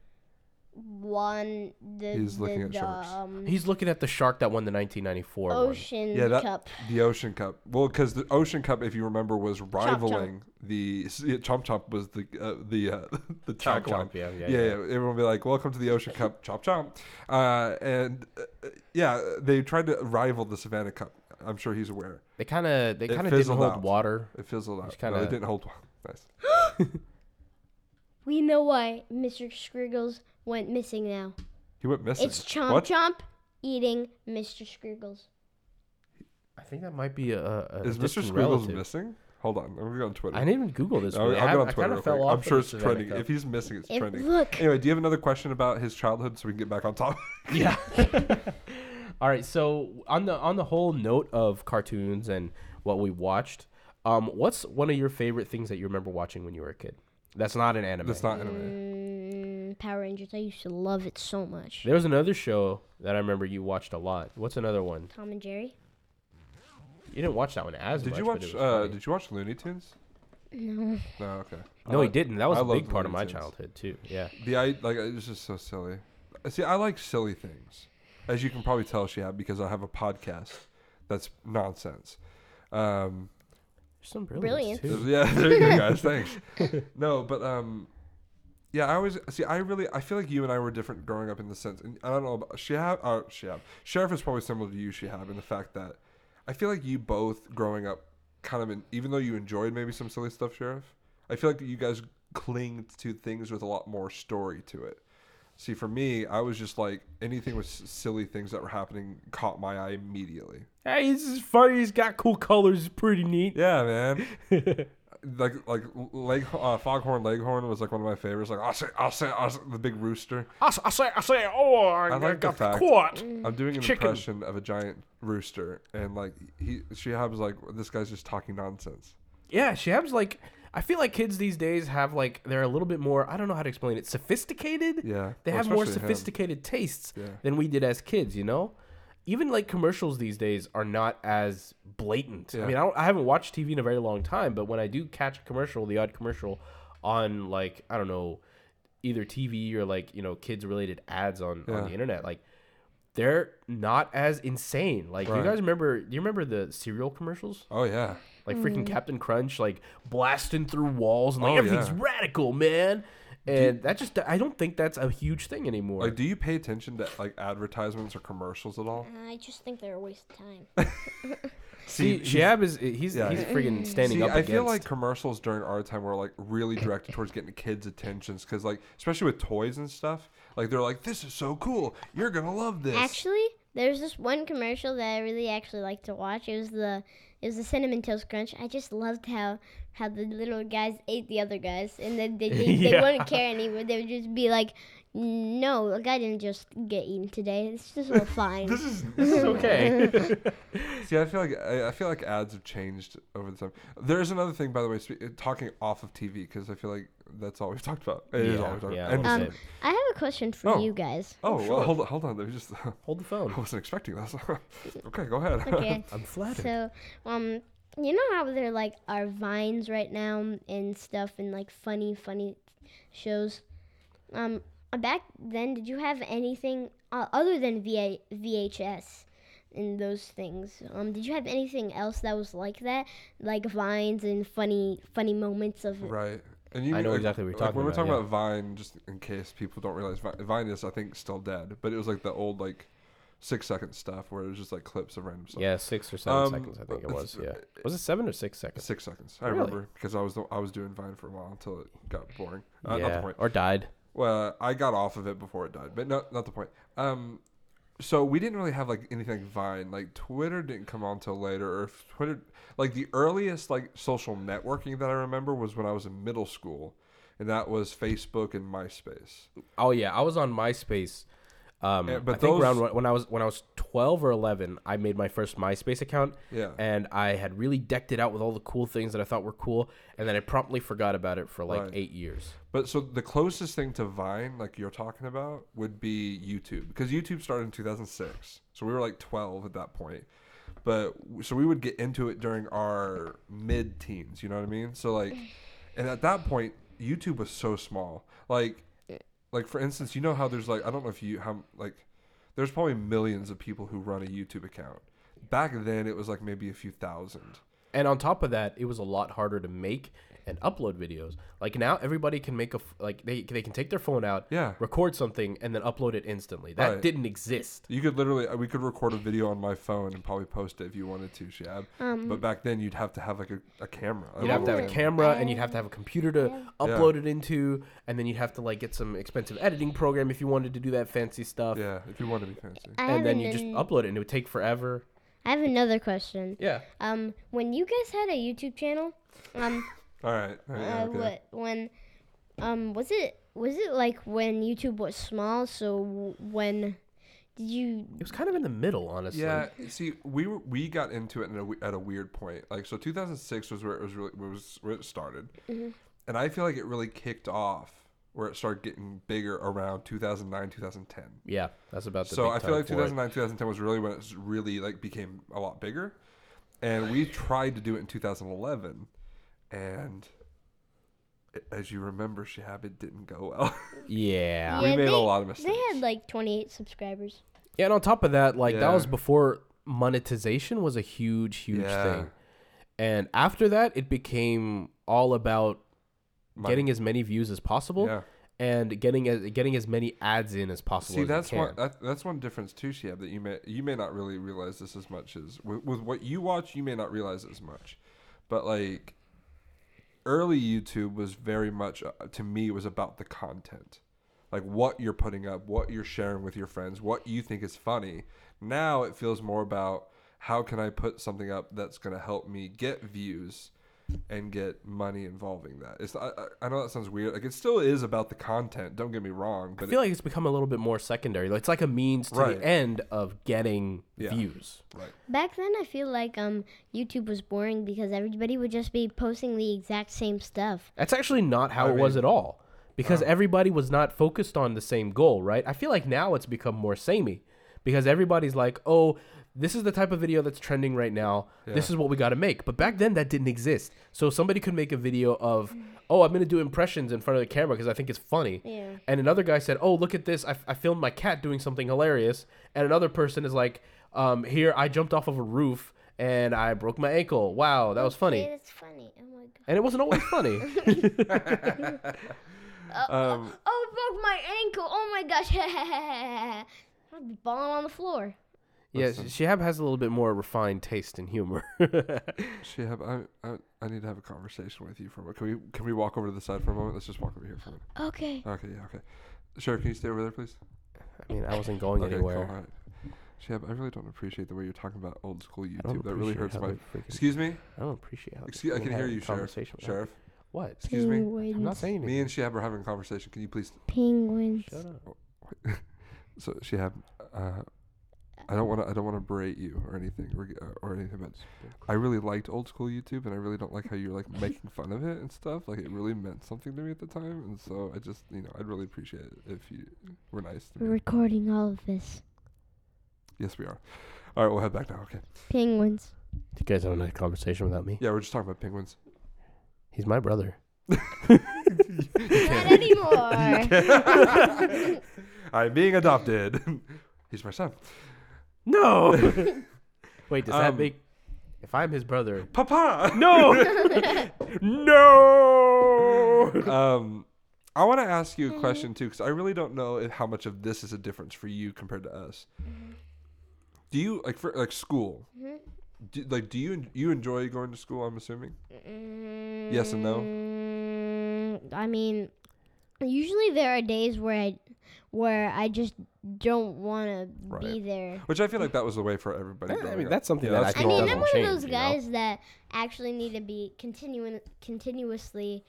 Speaker 3: won the
Speaker 2: He's
Speaker 3: the,
Speaker 2: looking at
Speaker 3: the,
Speaker 2: sharks.
Speaker 3: um,
Speaker 1: He's looking at the shark that won the 1994
Speaker 3: Oh,
Speaker 1: one.
Speaker 3: Ocean
Speaker 2: Yeah, that
Speaker 3: Cup.
Speaker 2: the Ocean Cup. Well, because the Ocean Cup, if you remember, was rivaling the yeah, Chomp Chomp was the uh, the uh, the
Speaker 1: Chomp
Speaker 2: tag line.
Speaker 1: Chomp, yeah, yeah,
Speaker 2: yeah,
Speaker 1: yeah.
Speaker 2: Everyone would be like, "Welcome to the Ocean Cup, Chomp Chomp," uh, and uh, yeah, they tried to rival the Savannah Cup. I'm sure he's aware.
Speaker 1: They kind of they
Speaker 2: It
Speaker 1: kind of didn't
Speaker 2: fizzled
Speaker 1: hold
Speaker 2: out.
Speaker 1: water.
Speaker 2: It fizzled out.
Speaker 1: kinda-
Speaker 2: no, it didn't hold. Nice.
Speaker 3: We know why Mr. Scriggles went missing now.
Speaker 2: He went missing.
Speaker 3: It's Chomp
Speaker 2: What?
Speaker 3: Chomp eating Mr. Scriggles.
Speaker 1: I think that might be a, a
Speaker 2: Is
Speaker 1: a
Speaker 2: Mr.
Speaker 1: distant
Speaker 2: Squiggles
Speaker 1: relative.
Speaker 2: missing? Hold on, I'm gonna go on Twitter.
Speaker 1: I didn't even Google this.
Speaker 2: Oh, I'll,
Speaker 1: really.
Speaker 2: I'll
Speaker 1: I,
Speaker 2: go
Speaker 1: have-
Speaker 2: on
Speaker 1: I
Speaker 2: Twitter.
Speaker 1: kind
Speaker 2: real
Speaker 1: of fell
Speaker 2: quick.
Speaker 1: off.
Speaker 2: I'm sure
Speaker 1: with
Speaker 2: it's
Speaker 1: the
Speaker 2: trending.
Speaker 1: Savannah
Speaker 2: If he's missing, it's
Speaker 3: If-
Speaker 2: trending.
Speaker 3: look.
Speaker 2: Anyway, do you have another question about his childhood so we can get back on topic?
Speaker 1: Cup. yeah. All right. So on the on the whole note of cartoons and what we watched, um, what's one of your favorite things that you remember watching when you were a kid? That's not an anime.
Speaker 2: That's not anime.
Speaker 3: Mm, Power Rangers. I used to love it so much.
Speaker 1: There was another show that I remember you watched a lot. What's another one?
Speaker 3: Tom and Jerry.
Speaker 1: You didn't watch that one as
Speaker 2: Did
Speaker 1: much.
Speaker 2: you
Speaker 1: but it was
Speaker 2: watch? Uh,
Speaker 1: funny.
Speaker 2: did you watch Looney Tunes?
Speaker 3: No.
Speaker 2: No, okay. Uh,
Speaker 1: no,
Speaker 2: I
Speaker 1: he didn't. That was
Speaker 2: I
Speaker 1: a big
Speaker 2: loved
Speaker 1: part of my
Speaker 2: Looney Tunes.
Speaker 1: childhood too. Yeah.
Speaker 2: The I like it was just so silly. See, I like silly things, as you can probably tell, Shihab, because I have a podcast that's nonsense. Um,
Speaker 1: Some
Speaker 3: Brilliant.
Speaker 1: brilliant. Too.
Speaker 2: yeah, there you go, guys. Thanks. no, but um, yeah, I always see. I really, I feel like you and I were different growing up in the sense, and I don't know about Shihab. Uh, Shihab, Sheriff is probably similar to you, Shihab, in the fact that I feel like you both growing up, kind of, in, even though you enjoyed maybe some silly stuff, Sheriff. I feel like you guys cling to things with a lot more story to it. See, for me, I was just like anything with s- silly things that were happening caught my eye immediately.
Speaker 1: Hey, this is funny. He's got cool colors. It's pretty neat.
Speaker 2: Yeah, man. like like leg uh, foghorn leghorn was like one of my favorites. Like I'll say I'll say, I'll say the big rooster.
Speaker 1: I, s- I say, I say, oh, I,
Speaker 2: I like the
Speaker 1: got
Speaker 2: fact-
Speaker 1: caught.
Speaker 2: I'm doing an
Speaker 1: Chicken.
Speaker 2: impression of a giant rooster, and like he Shihab's like this guy's just talking nonsense.
Speaker 1: Yeah, Shab's like, I feel like kids these days have like they're a little bit more. I don't know how to explain it. Sophisticated.
Speaker 2: Yeah,
Speaker 1: They
Speaker 2: well,
Speaker 1: have more
Speaker 2: especially him.
Speaker 1: sophisticated tastes
Speaker 2: Yeah.
Speaker 1: than we did as kids. You know. Even like commercials these days are not as blatant. I
Speaker 2: Yeah.
Speaker 1: mean, I, don't, I haven't watched TV in a very long time, but when I do catch a commercial, the odd commercial on like I don't know, either TV or like you know kids related ads on on
Speaker 2: Yeah.
Speaker 1: the internet, like they're not as insane. Like do you
Speaker 2: Right.
Speaker 1: guys remember? Do you remember the cereal commercials?
Speaker 2: Oh yeah,
Speaker 1: like freaking Captain Crunch, like blasting through walls and like
Speaker 2: Oh,
Speaker 1: everything's
Speaker 2: yeah.
Speaker 1: radical, man. And that just I don't think that's a huge thing anymore.
Speaker 2: like do you pay attention to like advertisements or commercials at all?
Speaker 3: I just think they're a waste of time.
Speaker 1: see,
Speaker 2: he's-
Speaker 1: Shab is he's
Speaker 2: Yeah.
Speaker 1: he's freaking standing
Speaker 2: See,
Speaker 1: up
Speaker 2: I
Speaker 1: against.
Speaker 2: feel like commercials during our time were like really directed towards getting kids' attentions because like especially with toys and stuff, like they're like this is so cool, you're gonna love this.
Speaker 3: Actually, there's this one commercial that I really actually like to watch. It was the it was the cinnamon toast crunch. I just loved how how the little guys ate the other guys, and then they they, they
Speaker 1: Yeah.
Speaker 3: wouldn't care anymore. They would just be like, "No, a guy didn't just get eaten today. It's just all fine."
Speaker 2: this is
Speaker 1: it's okay.
Speaker 2: See, I feel like I, I feel like ads have changed over the time. There is another thing, by the way, spe- uh, talking off of TV because I feel like that's all we've talked about. It is
Speaker 1: Yeah,
Speaker 2: all we've talked
Speaker 1: yeah,
Speaker 2: about.
Speaker 1: that
Speaker 2: And-
Speaker 1: was
Speaker 3: um,
Speaker 1: it.
Speaker 3: I have a question for
Speaker 2: Oh.
Speaker 3: you guys.
Speaker 2: oh, well, hold on, hold on. There was just I
Speaker 1: Hold the phone.
Speaker 2: wasn't expecting this. okay, go ahead.
Speaker 3: Okay,
Speaker 1: I'm flattered.
Speaker 3: so um. You know how there like are vines right now and stuff and like funny funny shows. Um, back then, did you have anything uh, other than VA- VHS and those things? Um, did you have anything else that was like that, like vines and funny, funny moments of?
Speaker 2: right. And you
Speaker 1: I know
Speaker 2: like-
Speaker 1: exactly what you're
Speaker 2: like,
Speaker 1: talking
Speaker 2: when
Speaker 1: about,
Speaker 2: we're talking
Speaker 1: yeah.
Speaker 2: about Vine, just in case people don't realize Vine, Vine is, I think, still dead, but it was like the old like six second stuff where it was just like clips of random stuff.
Speaker 1: yeah, six or seven
Speaker 2: Um,
Speaker 1: seconds, I think it was.
Speaker 2: it's-
Speaker 1: Yeah, was it seven or six seconds?
Speaker 2: Six seconds. I
Speaker 1: Really?
Speaker 2: remember because I was the, I was doing Vine for a while until it got boring. Uh, Not the
Speaker 1: yeah,
Speaker 2: point.
Speaker 1: or died.
Speaker 2: Well, I got off of it before it died, but no, not the point. Um, so we didn't really have like anything like Vine. Like Twitter didn't come on till later, or if Twitter, like the earliest like social networking that I remember was when I was in middle school, and that was Facebook and MySpace.
Speaker 1: Oh yeah, I was on MySpace. Um,
Speaker 2: Yeah,
Speaker 1: but
Speaker 2: but
Speaker 1: I think
Speaker 2: those-
Speaker 1: around when- when I was when I was twelve or eleven, I made my first MySpace account.
Speaker 2: Yeah.
Speaker 1: and I had really decked it out with all the cool things that I thought were cool, and then I promptly forgot about it for like
Speaker 2: Right.
Speaker 1: eight years.
Speaker 2: But so the closest thing to Vine, like you're talking about, would be YouTube because YouTube started in 2006. So we were like 12 at that point. But so we would get into it during our mid teens, you know what I mean? So like, and at that point, YouTube was so small. Like, like for instance, you know how there's like I don't know if you how like there's probably millions of people who run a YouTube account. Back then, it was like maybe a few thousand.
Speaker 1: And on top of that, it was a lot harder to make and upload videos. Like now, everybody can make a f- like they they can take their phone out,
Speaker 2: Yeah.
Speaker 1: record something, and then upload it instantly. That
Speaker 2: Right.
Speaker 1: didn't exist.
Speaker 2: You could literally uh, we could record a video on my phone and probably post it if you wanted to, Shab. but back then, you'd have to have like a, a camera. Oh.
Speaker 1: You'd have to have a
Speaker 2: little-
Speaker 1: camera, and you'd have to have a computer to upload it into, and then you'd have to like get some expensive editing program if you wanted to do that fancy stuff.
Speaker 2: Yeah, if you wanted to be fancy.
Speaker 3: I have
Speaker 1: And then
Speaker 3: an-
Speaker 1: you just upload it, and it would take forever.
Speaker 3: I have another question.
Speaker 1: Yeah.
Speaker 3: Um, when you guys had a YouTube channel, um,
Speaker 2: All right.
Speaker 1: Oh,
Speaker 2: all right, yeah,
Speaker 3: uh,
Speaker 2: okay.
Speaker 3: what when, um, was it was it like when YouTube was small? So w- when did you?
Speaker 1: It was kind of in the middle, honestly.
Speaker 2: Yeah, see, we were, we got into it in a, we- at a weird point. Like, so 2006 was where it was really was where it started, and I feel like it really kicked off where it started getting bigger around 2009, 2010.
Speaker 1: Yeah, that's about the
Speaker 2: so
Speaker 1: big
Speaker 2: I
Speaker 1: time
Speaker 2: feel like
Speaker 1: for it.
Speaker 2: 2009, 2010 was really when it s- really like became a lot bigger, and we tried to do it in 2011, and a- as you remember, Shahab, it didn't go well.
Speaker 1: Yeah.
Speaker 2: we
Speaker 3: Yeah,
Speaker 2: made a
Speaker 3: they-
Speaker 2: lot of
Speaker 3: They
Speaker 2: mistakes.
Speaker 3: had like 28 subscribers.
Speaker 1: Yeah, and on top of that, like that
Speaker 2: Yeah.
Speaker 1: was before monetization was a huge, huge
Speaker 2: Yeah.
Speaker 1: thing. And after that, it became all about
Speaker 2: Money.
Speaker 1: getting as many views as possible
Speaker 2: Yeah.
Speaker 1: and getting as getting as many ads in as possible.
Speaker 2: See,
Speaker 1: as
Speaker 2: that's
Speaker 1: you
Speaker 2: one
Speaker 1: can.
Speaker 2: that, that's one difference too, Shab, that you may you may not really realize this as much as with, with what you watch, you may not realize it as much, but like early YouTube was very much uh, to me was about the content, like what you're putting up, what you're sharing with your friends, what you think is funny. Now it feels more about how can I put something up that's going to help me get views and get money involving that. It's I, I- I know that sounds weird. Like it still is about the content. Don't get me wrong, but
Speaker 1: I feel like it's become a little bit more secondary. Like, It's like a means to
Speaker 2: Right.
Speaker 1: the end of getting
Speaker 2: Yeah.
Speaker 1: views.
Speaker 2: it, right.
Speaker 3: Back then, I feel like um YouTube was boring because everybody would just be posting the exact same stuff.
Speaker 1: That's actually not how it was at all because everybody was not focused on the same goal, right? I feel like now it's become more samey because everybody's like, oh, this is the type of video that's trending right now. This is what we got to make. But back then, that didn't exist. So somebody could make a video of, oh, I'm going to do impressions in front of the camera because I think it's funny.
Speaker 3: Yeah.
Speaker 1: And another guy said, oh, look at this. I, I filmed my cat doing something hilarious. And another person is like, um, here, I jumped off of a roof and I broke my ankle. Wow, that was
Speaker 3: Yeah,
Speaker 1: funny.
Speaker 3: that's funny. Oh my god.
Speaker 1: And it wasn't always funny.
Speaker 2: Um,
Speaker 3: Oh, I broke my ankle. Oh my gosh. I'd be balling on the floor.
Speaker 1: Yeah,
Speaker 2: uh,
Speaker 1: Shihab has a little bit more refined taste in humor.
Speaker 2: Shihab, I, I I need to have a conversation with you for a moment. Can we can we walk over to the side for a moment? Let's just walk over here for a minute.
Speaker 3: Okay.
Speaker 2: Okay, yeah, okay. Sure, can you stay over there, please?
Speaker 1: I mean, I wasn't going
Speaker 2: okay,
Speaker 1: anywhere.
Speaker 2: all right. Shihab, I really don't appreciate the way you're talking about old school
Speaker 1: don't
Speaker 2: YouTube. That really
Speaker 1: appreciate
Speaker 2: hurts
Speaker 1: how
Speaker 2: my.
Speaker 1: they freaking-
Speaker 2: Excuse me.
Speaker 1: I don't appreciate how.
Speaker 2: Excuse. I
Speaker 1: people
Speaker 2: can hear
Speaker 1: have a
Speaker 2: you, sheriff.
Speaker 1: conversation without-
Speaker 2: Sheriff,
Speaker 1: What?
Speaker 2: excuse me.
Speaker 3: Penguins.
Speaker 1: I'm not saying anything.
Speaker 2: Me and Shihab are having a conversation. Can you please?
Speaker 3: Penguins.
Speaker 1: Shut up.
Speaker 2: So Shihab, uh, I don't want to. I don't want to berate you or anything or, g- uh, or anything, but I really liked old school YouTube, and I really don't like how you're like making fun of it and stuff. Like it really meant something to me at the time, and so I just, you know, I'd really appreciate it if you were nice to me.
Speaker 3: recording all of this.
Speaker 2: Yes, we are. All right, we'll head back now. Okay.
Speaker 3: Penguins.
Speaker 1: You guys having a conversation without me?
Speaker 2: Yeah, we're just talking about penguins.
Speaker 1: He's my brother.
Speaker 3: Not anymore.
Speaker 2: I'm being adopted. He's my son.
Speaker 1: No. Wait, does that
Speaker 2: Um,
Speaker 1: make? If I'm his brother,
Speaker 2: Papa.
Speaker 1: no, no.
Speaker 2: um, I want to ask you a question too, because I really don't know if, how much of this is a difference for you compared to us. Do you like for like school? Do, like, do you en- you enjoy going to school? I'm assuming. Yes and no.
Speaker 3: Mm, I mean, usually there are days where I, where I just don't want to be
Speaker 2: Right.
Speaker 3: there.
Speaker 2: Which I feel like that was the way for everybody.
Speaker 1: I
Speaker 2: growing
Speaker 1: mean,
Speaker 2: up.
Speaker 1: that's something
Speaker 2: Yeah,
Speaker 1: that
Speaker 2: that's
Speaker 1: I
Speaker 3: I
Speaker 1: think
Speaker 2: normal.
Speaker 3: mean,
Speaker 1: doesn't
Speaker 3: I'm one of
Speaker 1: change,
Speaker 3: those
Speaker 1: you know?
Speaker 3: guys that actually need to be continuing continuously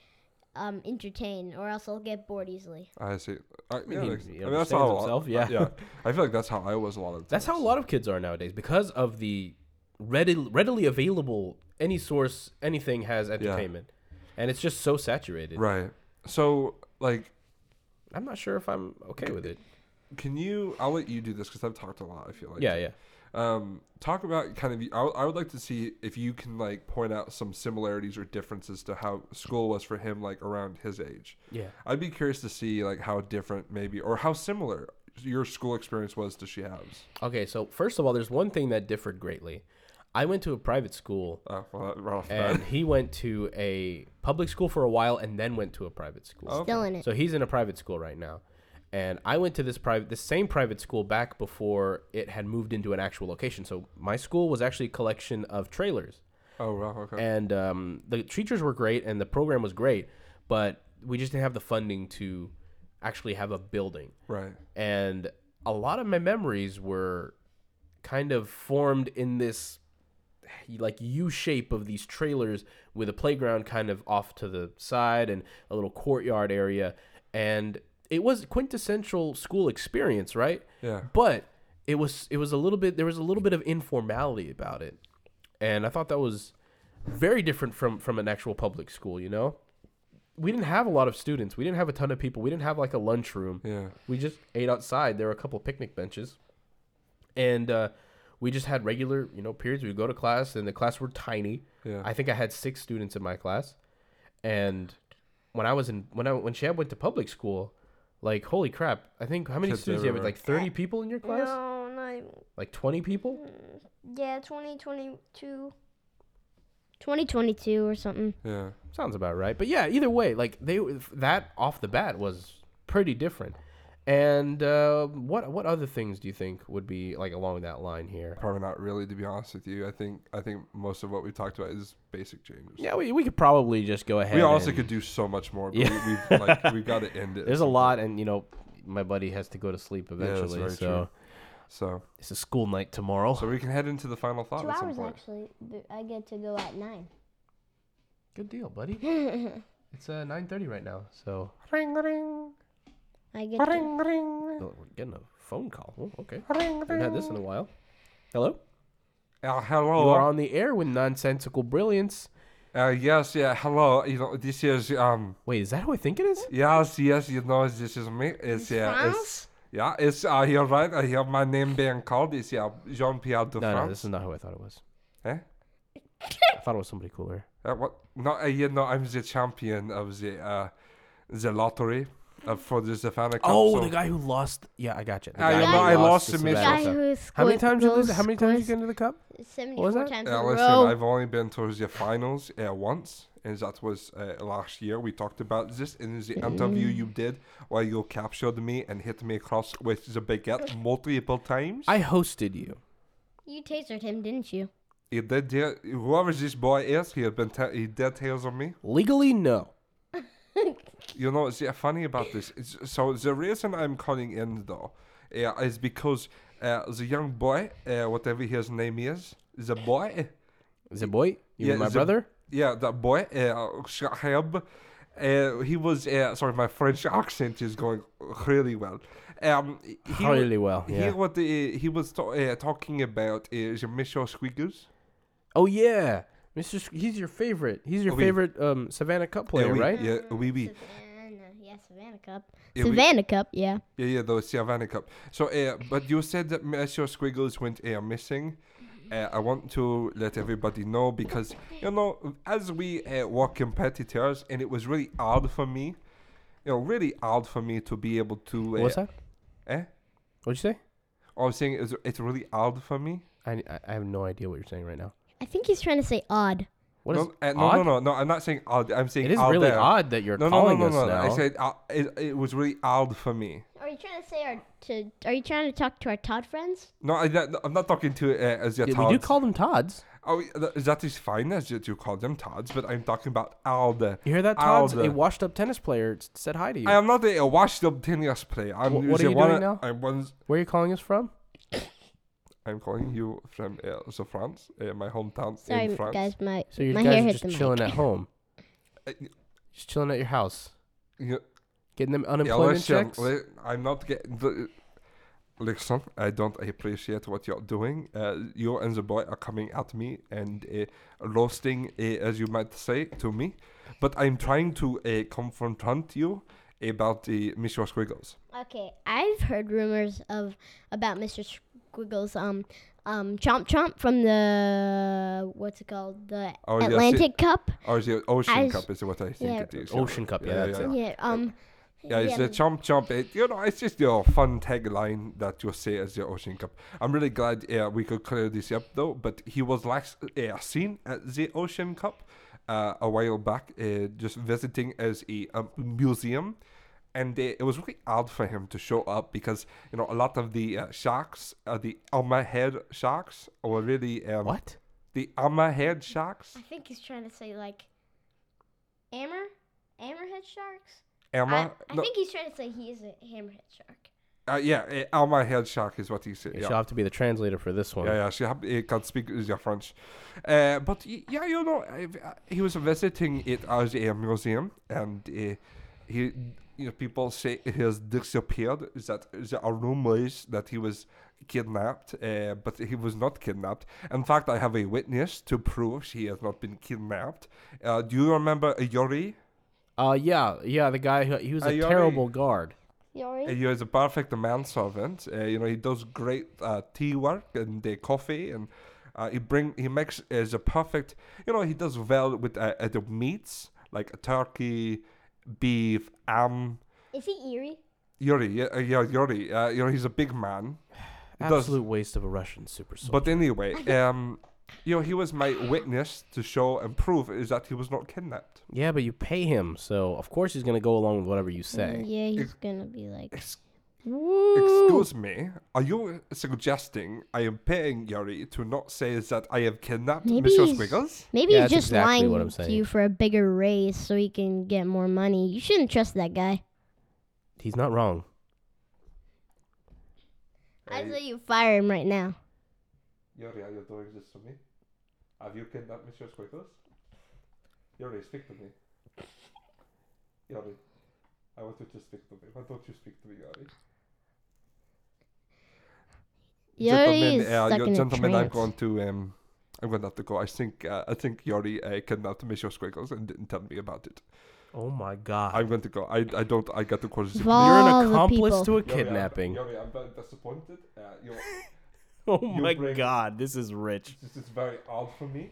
Speaker 3: um, entertained, or else I'll get bored easily.
Speaker 2: I see. I, yeah,
Speaker 1: he-
Speaker 2: makes-
Speaker 1: he
Speaker 2: I mean, that's how
Speaker 1: understands
Speaker 2: a lot-
Speaker 1: himself, yeah.
Speaker 2: yeah. I feel like that's how I was a lot of. The
Speaker 1: That's how a
Speaker 2: times.
Speaker 1: lot of kids are nowadays because of the readily, readily available any source anything has entertainment, and it's just so saturated.
Speaker 2: Right. So, like,
Speaker 1: I'm not sure if I'm okay with it.
Speaker 2: can you? I'll let you do this because I've talked a lot. I feel like.
Speaker 1: Yeah, yeah.
Speaker 2: Um, talk about kind of. I would- I would like to see if you can like point out some similarities or differences to how school was for him, like around his age.
Speaker 1: Yeah.
Speaker 2: I'd be curious to see like how different maybe or how similar your school experience was to Shihab's.
Speaker 1: Okay, so first of all, there's one thing that differed greatly. I went to a private school,
Speaker 2: Oh, well, right off the bat.
Speaker 1: and he went to a public school for a while, and then went to a private school.
Speaker 2: Oh.
Speaker 3: Still in it.
Speaker 1: So he's in a private school right now, and I went to this private, the same private school back before it had moved into an actual location. So my school was actually a collection of trailers,
Speaker 2: Oh, wow. Okay.
Speaker 1: and um, the teachers were great, and the program was great, but we just didn't have the funding to actually have a building
Speaker 2: right.
Speaker 1: and a lot of my memories were kind of formed in this like U shape of these trailers with a playground kind of off to the side and a little courtyard area and it was quintessential school experience right
Speaker 2: Yeah.
Speaker 1: but it was it was a little bit there was a little bit of informality about it and i thought that was very different from from an actual public school you know we didn't have a lot of students we didn't have a ton of people we didn't have like a lunchroom
Speaker 2: Yeah.
Speaker 1: we just ate outside. There were a couple picnic benches, and uh, we just had regular, you know, periods. We would go to class, and the class were tiny.
Speaker 2: Yeah.
Speaker 1: I think I had six students in my class, and when I was in when I when Shab went to public school, like holy crap! I think how many
Speaker 2: Kids
Speaker 1: students do you have?
Speaker 2: everywhere.
Speaker 1: Like thirty people in your class?
Speaker 3: No, not even.
Speaker 1: Like twenty people?
Speaker 3: Yeah, 2022. 2022 or something.
Speaker 2: yeah.
Speaker 1: Sounds about right. But yeah, either way, like they that off the bat was pretty different. And uh, what what other things do you think would be like along that line here?
Speaker 2: Probably not really, to be honest with you. I think I think most of what we talked about is basic changes.
Speaker 1: Yeah, we, we could probably just go ahead.
Speaker 2: We also
Speaker 1: and-
Speaker 2: could do so much more, but
Speaker 1: Yeah.
Speaker 2: we, we've like we've got to end it.
Speaker 1: There's a lot, and you know, my buddy has to go to sleep
Speaker 2: that's
Speaker 1: eventually.
Speaker 2: very
Speaker 1: so
Speaker 2: true. So
Speaker 1: it's a school night tomorrow.
Speaker 2: so we can head into the final thought.
Speaker 3: Two
Speaker 2: at some
Speaker 3: hours,
Speaker 2: point.
Speaker 3: actually. but I get to go at 9.
Speaker 1: Good deal, buddy. it's uh, 9:30 right now, so
Speaker 2: Ring ring
Speaker 3: I get to.
Speaker 2: ring ring
Speaker 1: Oh, we're getting a phone call. Oh, okay,
Speaker 2: ring
Speaker 1: haven't had this in a while. Hello.
Speaker 2: Uh,
Speaker 1: You are
Speaker 2: hello.
Speaker 1: on the air with nonsensical brilliance.
Speaker 2: Uh, yes, yeah, hello. You know, this is um.
Speaker 1: Wait, is that who I think it is?
Speaker 2: Yes, yes, you know, this is me. It's yeah, it's
Speaker 3: France?
Speaker 2: yeah, it's uh, you're right. I hear my name being called. It's yeah, Jean Pierre de
Speaker 1: No, no,
Speaker 2: France.
Speaker 1: this is not who I thought it was.
Speaker 2: Eh?
Speaker 1: I thought it was somebody cooler.
Speaker 2: Uh, what? No, uh, you know, I'm the champion of the uh, the lottery uh, for the Savannah Cup.
Speaker 1: Oh,
Speaker 2: so-
Speaker 1: the guy who lost. Yeah, I got you. The
Speaker 2: Ah,
Speaker 1: guy
Speaker 2: yeah,
Speaker 1: who
Speaker 3: no, I
Speaker 2: lost to
Speaker 1: Savannah
Speaker 2: Mitchell.
Speaker 3: Guy
Speaker 1: Cup.
Speaker 3: who
Speaker 1: How many times you
Speaker 3: scores-
Speaker 1: lose? How many times you
Speaker 3: scores
Speaker 1: get into the cup?
Speaker 3: 74
Speaker 1: that?
Speaker 3: times
Speaker 2: Uh,
Speaker 3: in a
Speaker 2: listen,
Speaker 3: row.
Speaker 2: I've only been to the finals uh, once, and that was uh, last year. We talked about this in the interview you did, where you captured me and hit me across with the baguette multiple times.
Speaker 1: I hosted you.
Speaker 3: You tasered him, didn't you?
Speaker 2: He did hear, whoever this boy is, he had been ta- he did tails on me.
Speaker 1: Legally, no.
Speaker 2: You know, it's yeah, funny about this. It's, so the reason I'm calling in though, uh, is because uh, the young boy, uh, whatever his name is, the boy,
Speaker 1: Is it boy? You
Speaker 2: Yeah,
Speaker 1: mean my
Speaker 2: is it-
Speaker 1: brother?
Speaker 2: yeah, that boy, uh, Shahab, uh, he was uh, sorry, my French accent is going really well. Um, he, wa-
Speaker 1: Really well.
Speaker 2: He,
Speaker 1: Yeah.
Speaker 2: what the, he was ta- uh, talking about is uh, Michel Squiggles.
Speaker 1: oh yeah, Mr. Sh- he's your favorite. He's your
Speaker 2: Oui.
Speaker 1: favorite um, Savannah Cup player,
Speaker 2: Eh oui,
Speaker 1: right?
Speaker 2: Oh, Yeah, oui, oui.
Speaker 3: Savannah, yeah, Savannah Cup.
Speaker 2: Yeah, we-
Speaker 3: Savannah Cup, yeah.
Speaker 2: Yeah, yeah, the Savannah Cup. So, uh, but you said that Monsieur Squiggles went uh, missing. Uh, I want to let everybody know because, you know, as we uh, were competitors, and it was really hard for me, you know, really hard for me to be able to. Uh,
Speaker 1: What's that?
Speaker 2: Eh?
Speaker 1: What'd you say?
Speaker 2: I was saying it's, it's really hard for me.
Speaker 1: I, I- I have no idea what you're saying right now.
Speaker 3: I think he's trying to say odd.
Speaker 1: What is
Speaker 2: no, uh, no,
Speaker 1: odd?
Speaker 2: no, no, no, I'm not saying odd. I'm saying
Speaker 1: It is
Speaker 2: out
Speaker 1: really
Speaker 2: there.
Speaker 1: odd that you're
Speaker 2: No, no, no,
Speaker 1: calling
Speaker 2: no,
Speaker 1: us
Speaker 2: no.
Speaker 1: now.
Speaker 2: I said uh, it, it was really hard for me.
Speaker 3: Are you trying to say our to? Are you trying to talk to our Todd friends?
Speaker 2: No, I, that, I'm not talking to uh, as your
Speaker 1: Yeah, we do
Speaker 2: Todd's.
Speaker 1: call them Tods.
Speaker 2: Oh, th- that is fine as you you call them Tods, but I'm talking about Alde.
Speaker 1: You hear that, Tods?
Speaker 2: Alde.
Speaker 1: A washed-up tennis player s- said hi to you.
Speaker 2: I am not a, a washed up tennis player. I'm
Speaker 1: Wh- what are
Speaker 2: the
Speaker 1: you
Speaker 2: one,
Speaker 1: doing now?
Speaker 2: I'm, one,
Speaker 1: Where are you calling us from?
Speaker 2: I'm calling you from uh, the France, uh, my hometown
Speaker 3: Sorry,
Speaker 2: in France.
Speaker 3: guys, my
Speaker 1: So you
Speaker 3: my hair
Speaker 1: guys are
Speaker 3: hit the
Speaker 1: just chilling
Speaker 3: mic.
Speaker 1: at home,
Speaker 2: Uh, y-
Speaker 1: just chilling at your house,
Speaker 2: y-
Speaker 1: getting them
Speaker 2: yeah,
Speaker 1: unemployment
Speaker 2: listen,
Speaker 1: checks.
Speaker 2: li- I'm not getting. The, listen, I don't appreciate what you're doing. Uh, you and the boy are coming at me and uh, roasting, uh, as you might say, to me. But I'm trying to uh, confront you about the Mr. Squiggles.
Speaker 3: Okay, I've heard rumors of about Mr. Squiggles um um, Chomp Chomp from the what's it called the
Speaker 2: Oh, yeah, see-
Speaker 3: Atlantic Cup.
Speaker 2: Or is it Ocean
Speaker 3: As-
Speaker 2: Cup? Is what I think
Speaker 3: yeah.
Speaker 2: it is.
Speaker 1: Ocean Cup, yeah, that's
Speaker 2: yeah.
Speaker 3: Yeah. Um.
Speaker 2: Yeah, it's the chomp chomp. It, you know, it's just your fun tagline that you say as your Ocean Cup. I'm really glad uh, we could clear this up though. But he was last uh, seen at the Ocean Cup uh, a while back, uh, just visiting as a um, museum. And uh, it was really odd for him to show up because you know a lot of the uh, sharks, uh, the Alma head sharks, were really um,
Speaker 1: What?
Speaker 2: the Alma head sharks.
Speaker 3: I think he's trying to say like, hammer, hammerhead sharks.
Speaker 2: Alma,
Speaker 3: I, I think he's trying to say he is a hammerhead shark.
Speaker 2: uh, yeah, uh, Alma head shark is what he said.
Speaker 1: You
Speaker 2: yeah.
Speaker 1: shall have to be the translator for this one.
Speaker 2: Yeah, yeah, she hab- eh, can speak is your French. Uh, but y- yeah, you know, eh, eh, he was visiting it as a museum, and uh, he, you know, people say he has disappeared. is That there are rumors that he was kidnapped, uh, but he was not kidnapped. In fact, I have a witness to prove she has not been kidnapped. Uh, do you remember Yuri?
Speaker 1: Uh, yeah, yeah. The guy who he was a
Speaker 2: Ayori.
Speaker 1: terrible guard.
Speaker 3: Yori.
Speaker 2: Uh, He is a perfect manservant. Uh, you know, he does great uh, tea work and the coffee, and uh, he bring he makes is a perfect. You know, he does well with uh, uh, the meats like turkey, beef, ham.
Speaker 3: Is he eerie?
Speaker 2: Yuri, yeah, uh, yeah, Yuri. Uh, you know, he's a big man. He does-
Speaker 1: Absolute waste of a Russian super soldier.
Speaker 2: but anyway, um, you know, he was my witness to show and prove is that he was not kidnapped.
Speaker 1: yeah, but you pay him, so of course he's gonna go along with whatever you say.
Speaker 3: Mm, Yeah, he's
Speaker 2: Ex-
Speaker 3: gonna be like,
Speaker 2: Ex-
Speaker 3: woo.
Speaker 2: Excuse me, are you suggesting I am paying Yuri to not say that I have kidnapped
Speaker 3: Maybe
Speaker 2: Mr.
Speaker 3: he's-
Speaker 2: Squiggles?
Speaker 3: Maybe
Speaker 1: Yeah,
Speaker 3: he's
Speaker 1: that's
Speaker 3: just
Speaker 1: exactly
Speaker 3: lying
Speaker 1: what I'm
Speaker 3: to
Speaker 1: saying.
Speaker 3: you for a bigger raise so he can get more money. You shouldn't trust that guy.
Speaker 1: He's not wrong.
Speaker 3: I say you fire him right now.
Speaker 2: Yuri, are you doing this to me? Have you kidnapped Mr. Squiggles? Yuri, speak to me. Yuri, I want you to speak to me. Why don't you speak to me, Yuri?
Speaker 3: Yuri is
Speaker 2: uh,
Speaker 3: stuck
Speaker 2: yo-
Speaker 3: in a
Speaker 2: gentlemen, I'm
Speaker 3: trance.
Speaker 2: going to um, I'm going to have to go. I think uh, I think Yuri uh, kidnapped Mr. Squiggles and didn't tell me about it.
Speaker 1: Oh my God.
Speaker 2: I'm going to go. I I don't. I got to call. the-
Speaker 3: Vol-
Speaker 1: You're
Speaker 3: All
Speaker 1: an
Speaker 3: the
Speaker 1: accomplice
Speaker 3: people.
Speaker 1: to a
Speaker 2: Yuri, I'm-
Speaker 1: kidnapping.
Speaker 2: Yuri, I'm very disappointed. Uh, you're,
Speaker 1: Oh
Speaker 2: You
Speaker 1: my
Speaker 2: bring-
Speaker 1: God, this is rich.
Speaker 2: this is very odd for me.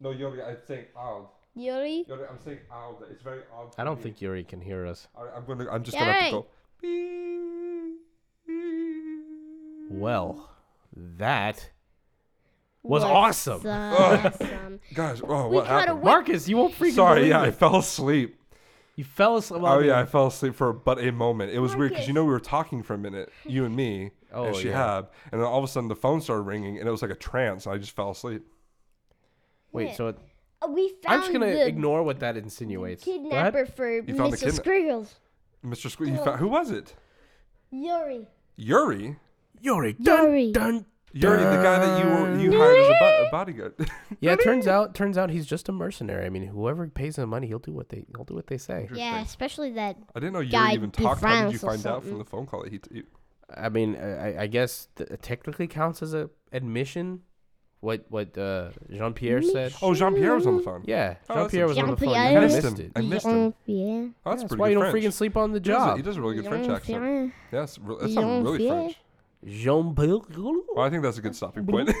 Speaker 2: No, Yuri, I'm saying odd.
Speaker 3: Yuri.
Speaker 2: Yuri, I'm saying odd. It's very odd.
Speaker 1: I
Speaker 2: for
Speaker 1: don't
Speaker 2: me.
Speaker 1: think Yuri can hear us.
Speaker 2: All right, I'm gonna. I'm just
Speaker 3: Yeah,
Speaker 2: gonna have to
Speaker 3: right.
Speaker 2: go.
Speaker 1: Well, that was
Speaker 3: What's
Speaker 1: awesome.
Speaker 3: awesome.
Speaker 2: Guys, oh,
Speaker 3: We
Speaker 2: what
Speaker 3: gotta
Speaker 2: happened?
Speaker 3: wait-
Speaker 1: Marcus, you won't freaking
Speaker 2: Sorry,
Speaker 1: believe
Speaker 2: yeah, I
Speaker 1: it.
Speaker 2: fell asleep.
Speaker 1: You fell asleep.
Speaker 2: Oh yeah, I fell asleep for but a moment. It was weird because you know
Speaker 3: Marcus.
Speaker 2: we were talking for a minute, you and me,
Speaker 1: Oh,
Speaker 2: and
Speaker 1: yeah.
Speaker 2: Shihab, and then all of a sudden the phone started ringing, and it was like a trance. And I just fell asleep.
Speaker 1: Wait, so it,
Speaker 3: Uh, we found
Speaker 1: I'm just gonna
Speaker 3: the
Speaker 1: ignore what that insinuates.
Speaker 3: kidnapper for
Speaker 2: found the
Speaker 3: Mr.
Speaker 2: kidna-
Speaker 3: Squiggles.
Speaker 2: Mr. Squeak, you found, who was it?
Speaker 3: Yuri.
Speaker 2: Yuri.
Speaker 1: Yuri,
Speaker 3: Yuri.
Speaker 1: dun.
Speaker 2: Yuri, the guy that you were- you hired as a, bo- a bodyguard.
Speaker 1: Yeah, it turns out turns out he's just a mercenary. I mean, whoever pays him money, he'll do what they he'll do what they say.
Speaker 3: Yeah,
Speaker 2: Interesting.
Speaker 3: especially that.
Speaker 2: I didn't know Yuri
Speaker 3: Guy
Speaker 2: even talked. How did you
Speaker 3: defrowns or
Speaker 2: find out from
Speaker 3: something.
Speaker 2: the phone call that he? T-
Speaker 1: I mean, I, I- I guess th- it technically counts as a admission. What what uh, Jean Pierre said.
Speaker 2: oh, Jean Pierre was on the phone.
Speaker 1: yeah,
Speaker 2: Oh,
Speaker 1: Jean
Speaker 2: that's
Speaker 1: Pierre was on the phone.
Speaker 3: Jean-Pierre.
Speaker 1: You
Speaker 2: I
Speaker 1: missed
Speaker 2: missed
Speaker 1: it.
Speaker 2: him. I missed him.
Speaker 3: Jean Pierre.
Speaker 2: Oh, that's
Speaker 1: That's
Speaker 2: pretty
Speaker 1: why
Speaker 2: good
Speaker 1: you don't
Speaker 2: French.
Speaker 1: freaking sleep on the
Speaker 2: He does a- He
Speaker 1: job.
Speaker 2: does a really good French accent.
Speaker 3: Jean-Pierre.
Speaker 2: Yes, re- that sounds really
Speaker 3: Jean-Pierre.
Speaker 2: French.
Speaker 1: Jean Pierre.
Speaker 2: Well, I think that's a good stopping point.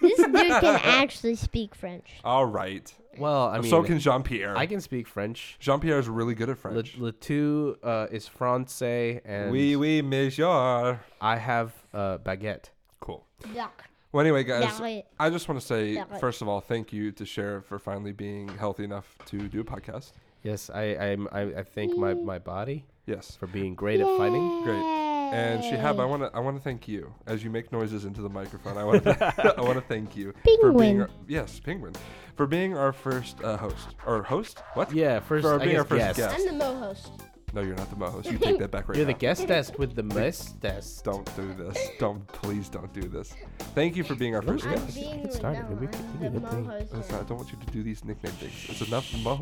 Speaker 3: This dude can actually speak French.
Speaker 2: All right.
Speaker 1: Well, I mean,
Speaker 2: so can Jean Pierre.
Speaker 1: I can speak French.
Speaker 2: Jean Pierre is really good at
Speaker 1: Le,
Speaker 2: French.
Speaker 1: le two uh, is français, and
Speaker 2: Oui, oui, monsieur.
Speaker 1: I have uh, baguette.
Speaker 2: Cool.
Speaker 3: Yeah.
Speaker 2: Well, anyway, guys,
Speaker 3: Barret.
Speaker 2: I just want to say,
Speaker 3: Barret.
Speaker 2: first of all, thank you to Sheriff for finally being healthy enough to do a podcast.
Speaker 1: Yes, I I'm, I, I thank my, my body
Speaker 2: Yes.
Speaker 1: for being great at fighting.
Speaker 2: Great. And Shihab, I want to I want to thank you as you make noises into the microphone. I want to I want to thank you for being
Speaker 3: Penguin.
Speaker 2: our, yes, penguin, for being our first uh, host or host. What?
Speaker 1: Yeah, first
Speaker 2: For
Speaker 1: I
Speaker 2: being
Speaker 1: guess
Speaker 2: our first
Speaker 1: guest.
Speaker 2: guest.
Speaker 3: I'm the mo host.
Speaker 2: No, you're not the mo host. You take that back right
Speaker 1: You're
Speaker 2: now.
Speaker 1: the guest test with the best test.
Speaker 2: Don't do this. Don't please don't do this. Thank you for being our first
Speaker 3: I'm
Speaker 2: guest.
Speaker 3: being
Speaker 1: Get
Speaker 3: with
Speaker 1: started,
Speaker 3: them.
Speaker 1: we can
Speaker 3: I'm
Speaker 1: do
Speaker 3: the
Speaker 1: the
Speaker 3: mo
Speaker 1: thing.
Speaker 3: host.
Speaker 2: Listen, I don't want you to do these nickname things. It's enough mo.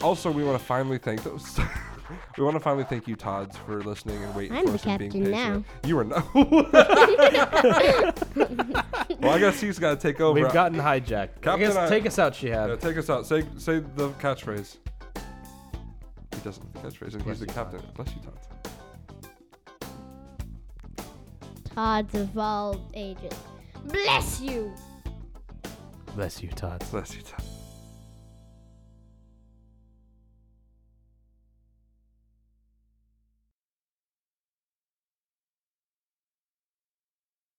Speaker 2: Also, we want to finally thank those. we want to finally thank you, Todd's, for listening and waiting
Speaker 3: I'm
Speaker 2: for
Speaker 3: the
Speaker 2: us and being
Speaker 3: captain
Speaker 2: patient.
Speaker 3: now.
Speaker 2: You are no. well, I guess he's got to take over.
Speaker 1: We've gotten hijacked. I
Speaker 2: Captain,
Speaker 1: guess
Speaker 2: I-
Speaker 1: take us out,
Speaker 2: Yeah,
Speaker 1: Shihab.
Speaker 2: take us out. Say say the catchphrase. He doesn't have the catchphrase, and he's the captain. Bless you, Todd.
Speaker 3: Todd. Todd's of all ages. Bless you!
Speaker 1: Bless you, Todd.
Speaker 2: Bless you, Todd.